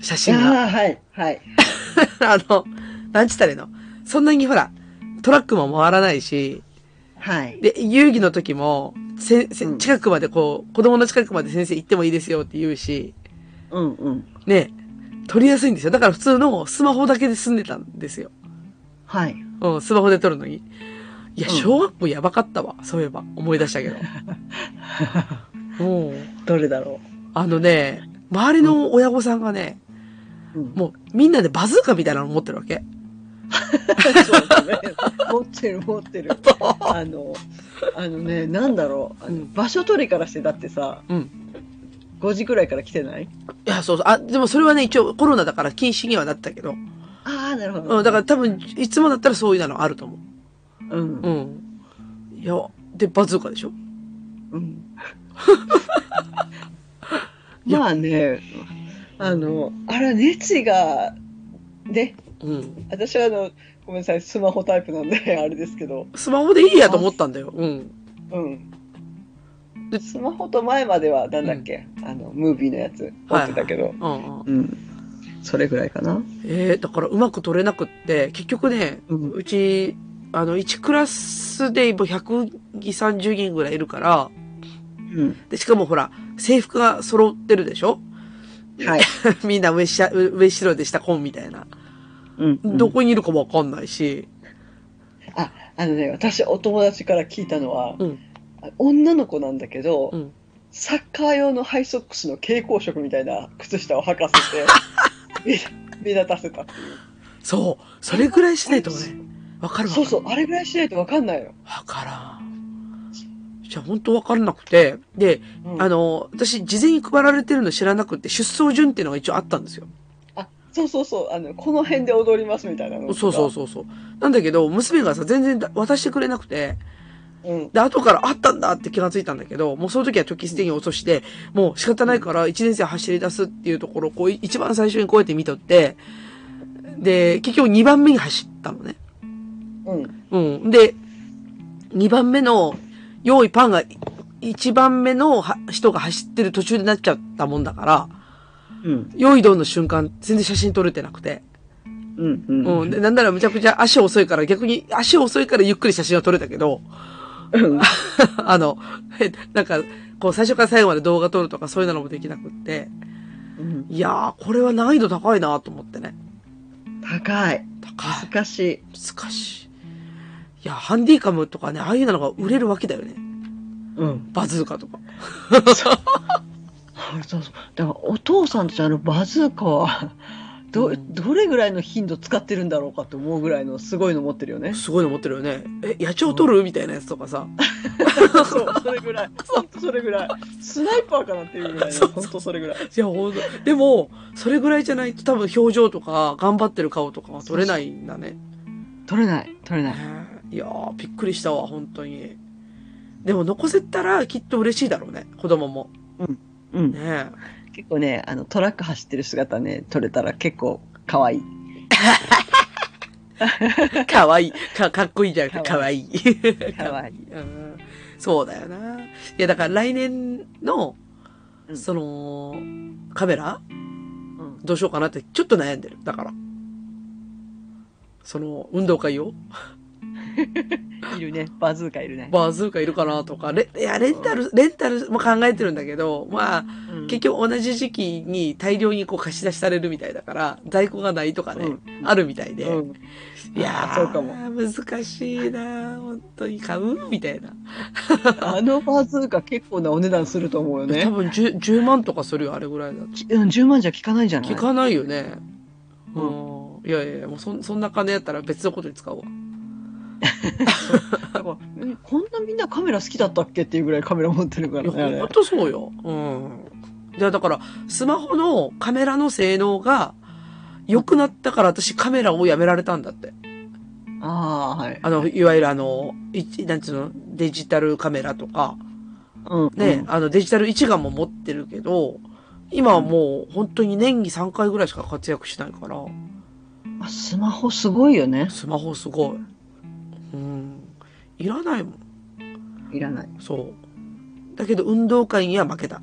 Speaker 2: 写真が。
Speaker 3: ああ、はい、はい。
Speaker 2: [laughs] あの、なんちったらいいのそんなにほら、トラックも回らないし、
Speaker 3: はい。
Speaker 2: で、遊戯の時も、せ、せ
Speaker 3: うん
Speaker 2: 近くまでこう、子供の近くまで先生行ってもいいですよって言うし、
Speaker 3: うん、うん。
Speaker 2: ね、撮りやすいんですよ。だから普通のスマホだけで済んでたんですよ。
Speaker 3: はい。
Speaker 2: うん、スマホで撮るのに。いや、
Speaker 3: うん
Speaker 2: 小学校やばかったわ。そういえば、思い出したけど。
Speaker 3: [laughs]
Speaker 2: もう、
Speaker 3: どれだろ
Speaker 2: あのね、周りの親御さんがね、
Speaker 3: う。うん、
Speaker 2: もうみんなでバズーカみたいなの持ってるわけ。
Speaker 3: そうだね。持ってる持 [laughs] ってる。あの、あのね、なんだろう。あの
Speaker 2: うん
Speaker 3: 場所取りからして、だってさ、
Speaker 2: うん。
Speaker 3: 5時くらいから来てない
Speaker 2: いや、そうそう。あ、でもそれはね、一応コロナだから禁止にはなったけど。
Speaker 3: ああ、なるほど。
Speaker 2: うん、だから多分、いつもだったらそういうのあると思
Speaker 3: ら、う
Speaker 2: う。
Speaker 3: ん
Speaker 2: う。ん。いや、で、バズーカでしょ
Speaker 3: うん。
Speaker 2: いや
Speaker 3: まあね、あの、あれ、熱意が、ね、
Speaker 2: うん。
Speaker 3: 私はあの、ごめんなさい、スマホタイプなんで、 [laughs] あれですけど、
Speaker 2: スマホでいいやと思ったんだよ。うん。
Speaker 3: うん
Speaker 2: で。
Speaker 3: スマホと前までは、なんだっけ、あの、ムービーのやつ、持ってたけど、
Speaker 2: うんうん。
Speaker 3: うん。それぐらいかな。
Speaker 2: えー、だからうまく取れなくって、結局ね、
Speaker 3: うん
Speaker 2: うち、あの、1クラスでもう130人ぐらいいるから、
Speaker 3: うん。
Speaker 2: で、しかもほら、制服が揃ってるでしょ [laughs]
Speaker 3: はい。
Speaker 2: みんな上下、上白で下紺みたいな。
Speaker 3: うん
Speaker 2: どこにいるかわかんないし。
Speaker 3: あ、あのね、私、お友達から聞いたのは、
Speaker 2: うん
Speaker 3: 女の子なんだけど、
Speaker 2: うん
Speaker 3: サッカー用のハイソックスの蛍光色みたいな靴下を履かせ [laughs] て、目立たせたっていう。
Speaker 2: そう。それぐらいしないとね、わかるわかる。
Speaker 3: そうそう、あれぐらいしないとわかんないよ。
Speaker 2: わからん。じゃあ本当わからなくて。で、
Speaker 3: うん
Speaker 2: あの、私事前に配られてるの知らなくて、出走順っていうのが一応あったんですよ。
Speaker 3: あ、そうそうそう、あの、この辺で踊りますみたいなのとか。
Speaker 2: そうそうそうそう。なんだけど、娘がさ、全然だ渡してくれなくて、
Speaker 3: うん。
Speaker 2: で、後からあったんだって気がついたんだけど、もうその時は時すでに遅して、もう仕方ないから1年生走り出すっていうところをこう、い一番最初にこうやって見とって、で、結局2番目に走ったのね。
Speaker 3: うん。
Speaker 2: うん。で、2番目の、用意パンが、1番目のは人が走ってる途中になっちゃったもんだから、
Speaker 3: うん。
Speaker 2: 用意どんの瞬間、全然写真撮れてなくて。
Speaker 3: うん。うん。
Speaker 2: うん。で、なんならめちゃくちゃ足遅いから、逆に足遅いからゆっくり写真は撮れたけど、
Speaker 3: うん。
Speaker 2: [laughs] あの、えなんか、こう最初から最後まで動画撮るとかそういうのもできなくって、
Speaker 3: うん
Speaker 2: いやー、これは難易度高いなと思ってね。
Speaker 3: 高い。
Speaker 2: 高い。
Speaker 3: 難しい。
Speaker 2: 難しい。いや、ハンディカムとかね、ああいうのが売れるわけだよね。
Speaker 3: うん。
Speaker 2: バズーカとか。
Speaker 3: そうそうそう。だからお父さんたちあのバズーカはど、
Speaker 2: うん
Speaker 3: どれぐらいの頻度使ってるんだろうかと思うぐらいのすごいの持ってるよね。
Speaker 2: すごいの持ってるよね。え、野鳥取るみたいなやつとかさ。
Speaker 3: そう、それぐらい。ほんと [laughs] それぐらい。スナイパーかなっていうぐらい
Speaker 2: そう
Speaker 3: の、
Speaker 2: そう
Speaker 3: ほんとそれぐらい。
Speaker 2: いや、ほんと。でも、それぐらいじゃないと多分表情とか、頑張ってる顔とかは取れないんだね。
Speaker 3: 取れない、取れない。
Speaker 2: いやー、びっくりしたわ、本当に。でも残せたらきっと嬉しいだろうね、子供も。
Speaker 3: うん。
Speaker 2: ね
Speaker 3: 結構ね、あの、トラック走ってる姿ね、撮れたら結構可愛い。
Speaker 2: え。かわいい。か、かっこいいじゃなくて、か
Speaker 3: か
Speaker 2: わ
Speaker 3: わ
Speaker 2: いい。
Speaker 3: かわいい。
Speaker 2: [laughs] うんそうだよな。いや、だから来年の、
Speaker 3: うん
Speaker 2: その、カメラ
Speaker 3: うん。
Speaker 2: どうしようかなってちょっと悩んでる。だから。その、運動会を
Speaker 3: いるね。バズーカいるね。
Speaker 2: バーズーカいるかなとか、レ、いや、レンタル、レンタルも考えてるんだけど、まあ、
Speaker 3: うん
Speaker 2: 結局同じ時期に大量にこう貸し出しされるみたいだから、在庫がないとかね、
Speaker 3: うん
Speaker 2: あるみたいで。
Speaker 3: うん。
Speaker 2: いやー、
Speaker 3: そうかも
Speaker 2: 難しいなー本当に買うみたいな。
Speaker 3: あのバズーカ結構なお値段すると思うよ
Speaker 2: 多
Speaker 3: ね。
Speaker 2: 分 10, 10万とかするよ、あれぐらいだと。
Speaker 3: きうん、10万じゃ効かないじゃない
Speaker 2: 聞かないよね。う。
Speaker 3: う
Speaker 2: い
Speaker 3: ん
Speaker 2: やいやいや、もうそんそんな金やったら別のことに使おうわ。
Speaker 3: だからうんこんなみんなカメラ好きだったっけっていうぐらいカメラ持ってるか
Speaker 2: い
Speaker 3: ら
Speaker 2: や、
Speaker 3: ね。あれ
Speaker 2: ほんとそうよ。うん。いや、だから、スマホのカメラの性能が良くなったから私カメラをやめられたんだって。
Speaker 3: ああ、はい。
Speaker 2: あの、いわゆるあの、いなんつうの、デジタルカメラとか、
Speaker 3: うん。
Speaker 2: ね、あの、デジタル一眼も持ってるけど、今はもう本当に年に3回ぐらいしか活躍しないから、
Speaker 3: うんあスマホすごいよね。
Speaker 2: スマホすごい。うん。いらないもん。
Speaker 3: いらない。
Speaker 2: そう。だけど運動会には負けた。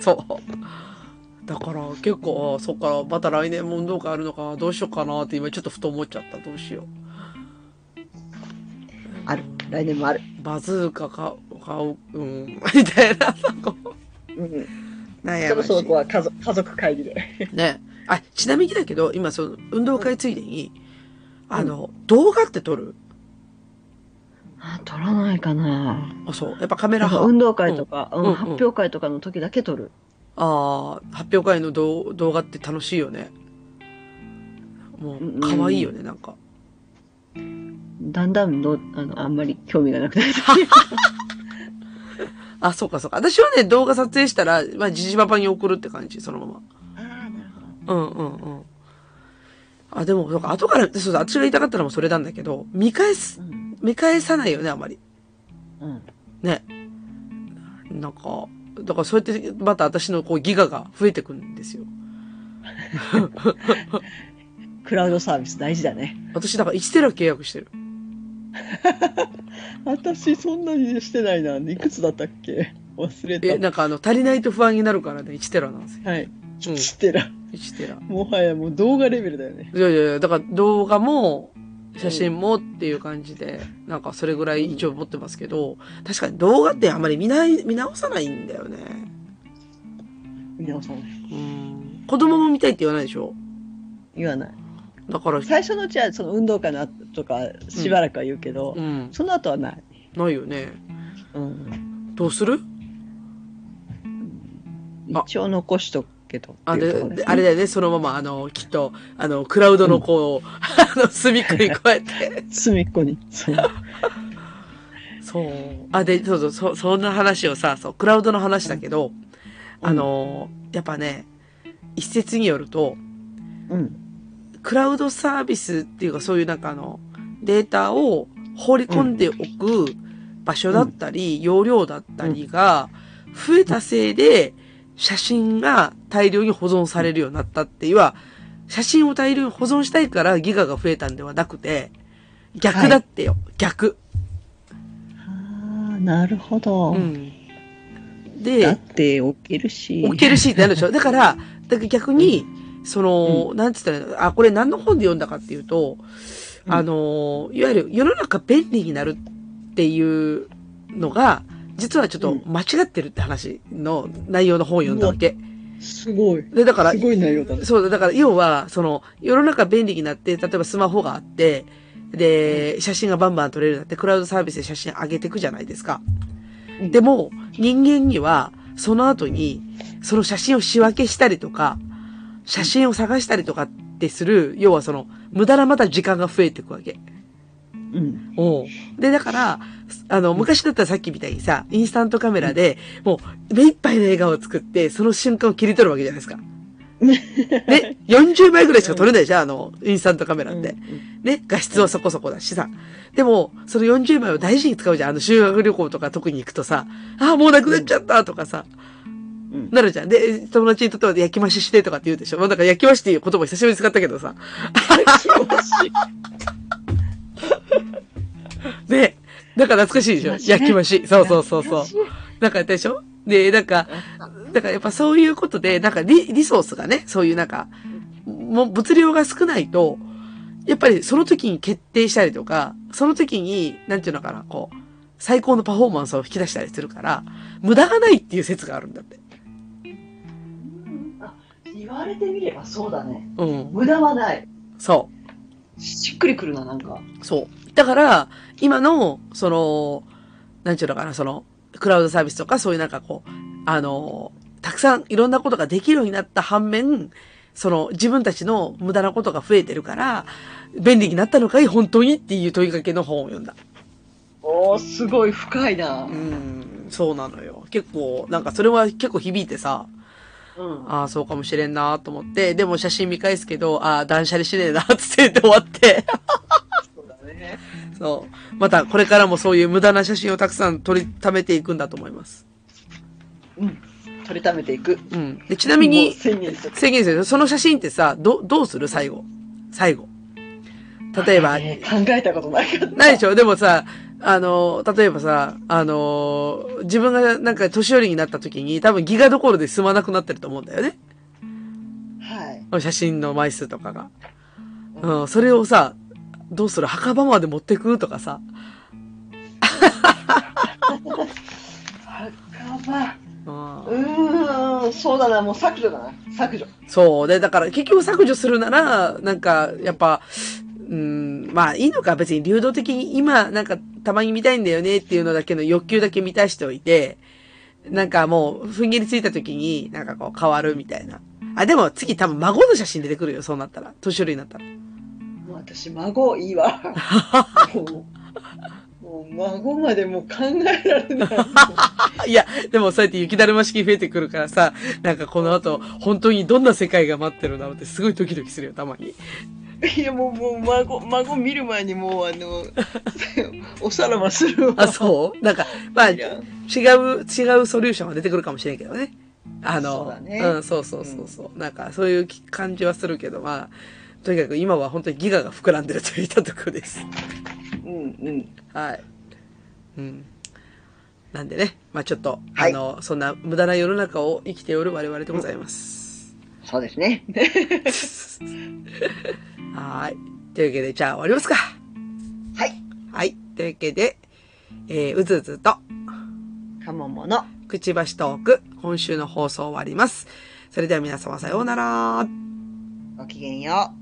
Speaker 2: そう。だから結構、あそっか、また来年も運動会あるのか、どうしようかなって今ちょっとふと思っちゃった。どうしよう。
Speaker 3: ある。 [laughs] 来年もある。
Speaker 2: バズーカ買う、買う、うん、 [laughs] みたいな。
Speaker 3: うん。
Speaker 2: 悩
Speaker 3: [laughs] そろ
Speaker 2: まし
Speaker 3: そろここ
Speaker 2: い。
Speaker 3: は家族家族会議で。
Speaker 2: ね。あ、ちなみにだけど、今その運動会ついでに、あの、動画って撮る
Speaker 3: あ、撮らないかな。
Speaker 2: あ、そう。やっぱカメ
Speaker 3: な
Speaker 2: ラ
Speaker 3: んか
Speaker 2: 派。
Speaker 3: 運動会とか、
Speaker 2: ん
Speaker 3: う
Speaker 2: うん
Speaker 3: ん、発表会とかの時だけ撮る。
Speaker 2: ああ、発表会の動動画って楽しいよね。も
Speaker 3: う
Speaker 2: う、
Speaker 3: ん
Speaker 2: 可愛いよね、なんか。
Speaker 3: だんだんの、あの、あんまり興味がなくなる。
Speaker 2: あ、そうかそうか。私はね、動画撮影したら、まあ、ジジババに送るって感じ、そのまま。
Speaker 3: ああ、なるほど。
Speaker 2: うんうんうん。あ、でも、なんか後から、そうだ、私が言いたかったのもそれなんだけど、見返す
Speaker 3: う、ん。
Speaker 2: 見返さないよね、あまり。
Speaker 3: うん。
Speaker 2: ね。なんか、だからそうやって、また私のこうギガが増えてくんですよ。
Speaker 3: クラウドサービス大事だね。
Speaker 2: 私、だから1テラ契約してる。
Speaker 3: 私そんなにしてないな。いくつだったっけ忘れ
Speaker 2: え、
Speaker 3: た。
Speaker 2: なんかあの、足りないと不安になるからね、1テラなんですよ。
Speaker 3: はい。
Speaker 2: うん
Speaker 3: 知ってら。
Speaker 2: 1テラ。
Speaker 3: もはやもう動画レベルだよね。
Speaker 2: いやいやいや、だから動画も、写真もっていう感じで、なんかそれぐらい一応持ってますけど、確かに動画ってあんまり見ない、見直さないんだよね。
Speaker 3: 見直さない。
Speaker 2: うん。子供も見たいって言わないでしょ
Speaker 3: 言わない。
Speaker 2: だから、
Speaker 3: 最初のうちはその運動会の後とかしばらくは言うけど、
Speaker 2: うん。
Speaker 3: その後はない。
Speaker 2: ないよね。
Speaker 3: うん。
Speaker 2: どうするあ
Speaker 3: 一応残しとくけどって
Speaker 2: あ
Speaker 3: いう
Speaker 2: で
Speaker 3: ところです
Speaker 2: で
Speaker 3: ね。
Speaker 2: あれだよね、そのまま、あの、きっと、あの、クラウドのこう、 [laughs] あの、隅っこにこうやって。
Speaker 3: 隅っこに。そう。
Speaker 2: そう。あ、で、そうそう、そ、そんな話をさ、そう、クラウドの話だけど、あの、やっぱね、一説によると、
Speaker 3: うん。
Speaker 2: クラウドサービスっていうかそういうなんかあの、データを放り込んでおく場所だったり、容量だったりが増えたせいで、写真が大量に保存されるようになったっていうは、写真を大量に保存したいからギガが増えたんではなくて、逆だってよ、逆。
Speaker 3: ああ、なるほど。
Speaker 2: うん。
Speaker 3: だ
Speaker 2: で
Speaker 3: っ、て置けるし。
Speaker 2: 置けるしってなるでし
Speaker 3: [laughs]
Speaker 2: ょだから、だから逆に、その、なんつったらいいのあ、これ何の本で読んだかっていうと、
Speaker 3: うん
Speaker 2: あの、いわゆる世の中便利になるっていうのが、実はちょっと間違ってるって話の内容の本を読んだわけ。
Speaker 3: すごい。
Speaker 2: で、だから
Speaker 3: す、ごい内容だね。
Speaker 2: そうだ、だから要は、その、世の中便利になって、例えばスマホがあって、で、写真がバンバン撮れるようになって、クラウドサービスで写真上げていくじゃないですか。
Speaker 3: うん
Speaker 2: でも、人間には、その後に、その写真を仕分けしたりとか、写真を探したりとかってする、要はその、無駄なまた時間が増えていくわけ。
Speaker 3: うん。
Speaker 2: おうで、だから、あの、昔だったらさっきみたいにさ、インスタントカメラで、もう、目いっぱいの笑顔を作って、その瞬間を切り取るわけじゃないです [laughs] か。ね、40枚ぐらいしか撮れないじゃん、あの、インスタントカメラって。ね、画質はそこそこだしさ。でも、その40枚を大事に使うじゃん。あの、修学旅行とか特に行くとさ、ああ、もうなくなっちゃったとかさ、
Speaker 3: うん。
Speaker 2: なるじゃん。で、友達にとっては焼き増ししてとかって言うでしょ。まあ、だから焼き増しっていう言葉久しぶりに使ったけどさ。で、なんか懐かしいでしょ。
Speaker 3: 懐かしいね
Speaker 2: 焼き増し。そうそうそうそう。なんかやったでしょで、なんか、だからやっぱそういうことで、なんかリリソースがね、そういうなんか、もう物量が少ないと、やっぱりその時に決定したりとか、その時に、なんていうのかな、こう、最高のパフォーマンスを引き出したりするから、無駄がないっていう説があるんだって。
Speaker 3: 言われてみればそうだね。
Speaker 2: うん。
Speaker 3: 無駄はない。
Speaker 2: そ
Speaker 3: しっくりくるな、なんか。
Speaker 2: う。そう。だから、今の、その、なんていうのかな、その、クラウドサービスとかそういうなんかこう、あの、たくさんいろんなことができるようになった反面、その自分たちの無駄なことが増えてるから、便利になったのかい本当にっていう問いかけの本を読んだ。
Speaker 3: おー、すごい深いな
Speaker 2: う。ん、そうなのよ。結構、なんかそれは結構響いてさ、
Speaker 3: うん。
Speaker 2: ああ、そうかもしれんなと思って、でも写真見返すけど、ああ、断捨離しねえなって言って終わって、
Speaker 3: そうだね。
Speaker 2: そう。またこれからもそういう無駄な写真をたくさん取り、貯めていくんだと思います。
Speaker 3: うん。取りためていく。
Speaker 2: うん。で、ちなみ
Speaker 3: もう
Speaker 2: に、
Speaker 3: 宣言しとく。
Speaker 2: 制限するその写真ってさ、ど、どうする最後。最後。例えば、
Speaker 3: えー考えたことないから。
Speaker 2: ないでしょでもさ、あの、例えばさ、あの、自分がなんか年寄りになった時に多分ギガどころで済まなくなってると思うんだよね。
Speaker 3: はい。
Speaker 2: 写真の枚数とかが。
Speaker 3: うん
Speaker 2: うん、それをさ、どうする墓場まで持ってくとかさ。
Speaker 3: 墓
Speaker 2: うん
Speaker 3: 場。うーん、そうだな。もう削除だな。削除。
Speaker 2: そう。で、だから結局削除するなら、なんか、やっぱ、うん、まあいいのか、別に流動的に今、なんかたまに見たいんだよねっていうのだけの欲求だけ満たしておいて、なんかもう、ふんぎりついた時に、なんかこう変わるみたいな。あ、でも次多分孫の写真出てくるよ、そうなったら。年寄りになったら。
Speaker 3: もう私、孫いいわ。 [laughs] もう、もう孫までもう考えられない。
Speaker 2: あいや、でもそうやって雪だるま式増えてくるからさ、なんかこの後、本当にどんな世界が待ってるんだろうってすごいドキドキするよ、たまに。
Speaker 3: いや、もう、もう、孫、孫見る前にもう、あの、 [laughs] おさらばするわ。
Speaker 2: あ、そうなんか、まあ、
Speaker 3: いや
Speaker 2: 違う、違うソリューションが出てくるかもしれんけどね。あの、
Speaker 3: そうだね
Speaker 2: ん、そうそうそうそう。なんか、そういうき感じはするけど、まあ、とにかく今は本当にギガが膨らんでるといったところです。
Speaker 3: うん、うん。
Speaker 2: はい。うん。なんでね、まあちょっと、
Speaker 3: はい
Speaker 2: あの、そんな無駄な世の中を生きておる我々でございます。
Speaker 3: そうですね。
Speaker 2: はーい。というわけで、じゃあ終わりますか。
Speaker 3: はい。
Speaker 2: はい。というわけで、えー、うずうずと、
Speaker 3: かももの。
Speaker 2: くちばしトーク、今週の放送終わります。それでは皆様さようなら。
Speaker 3: ごきげんよう。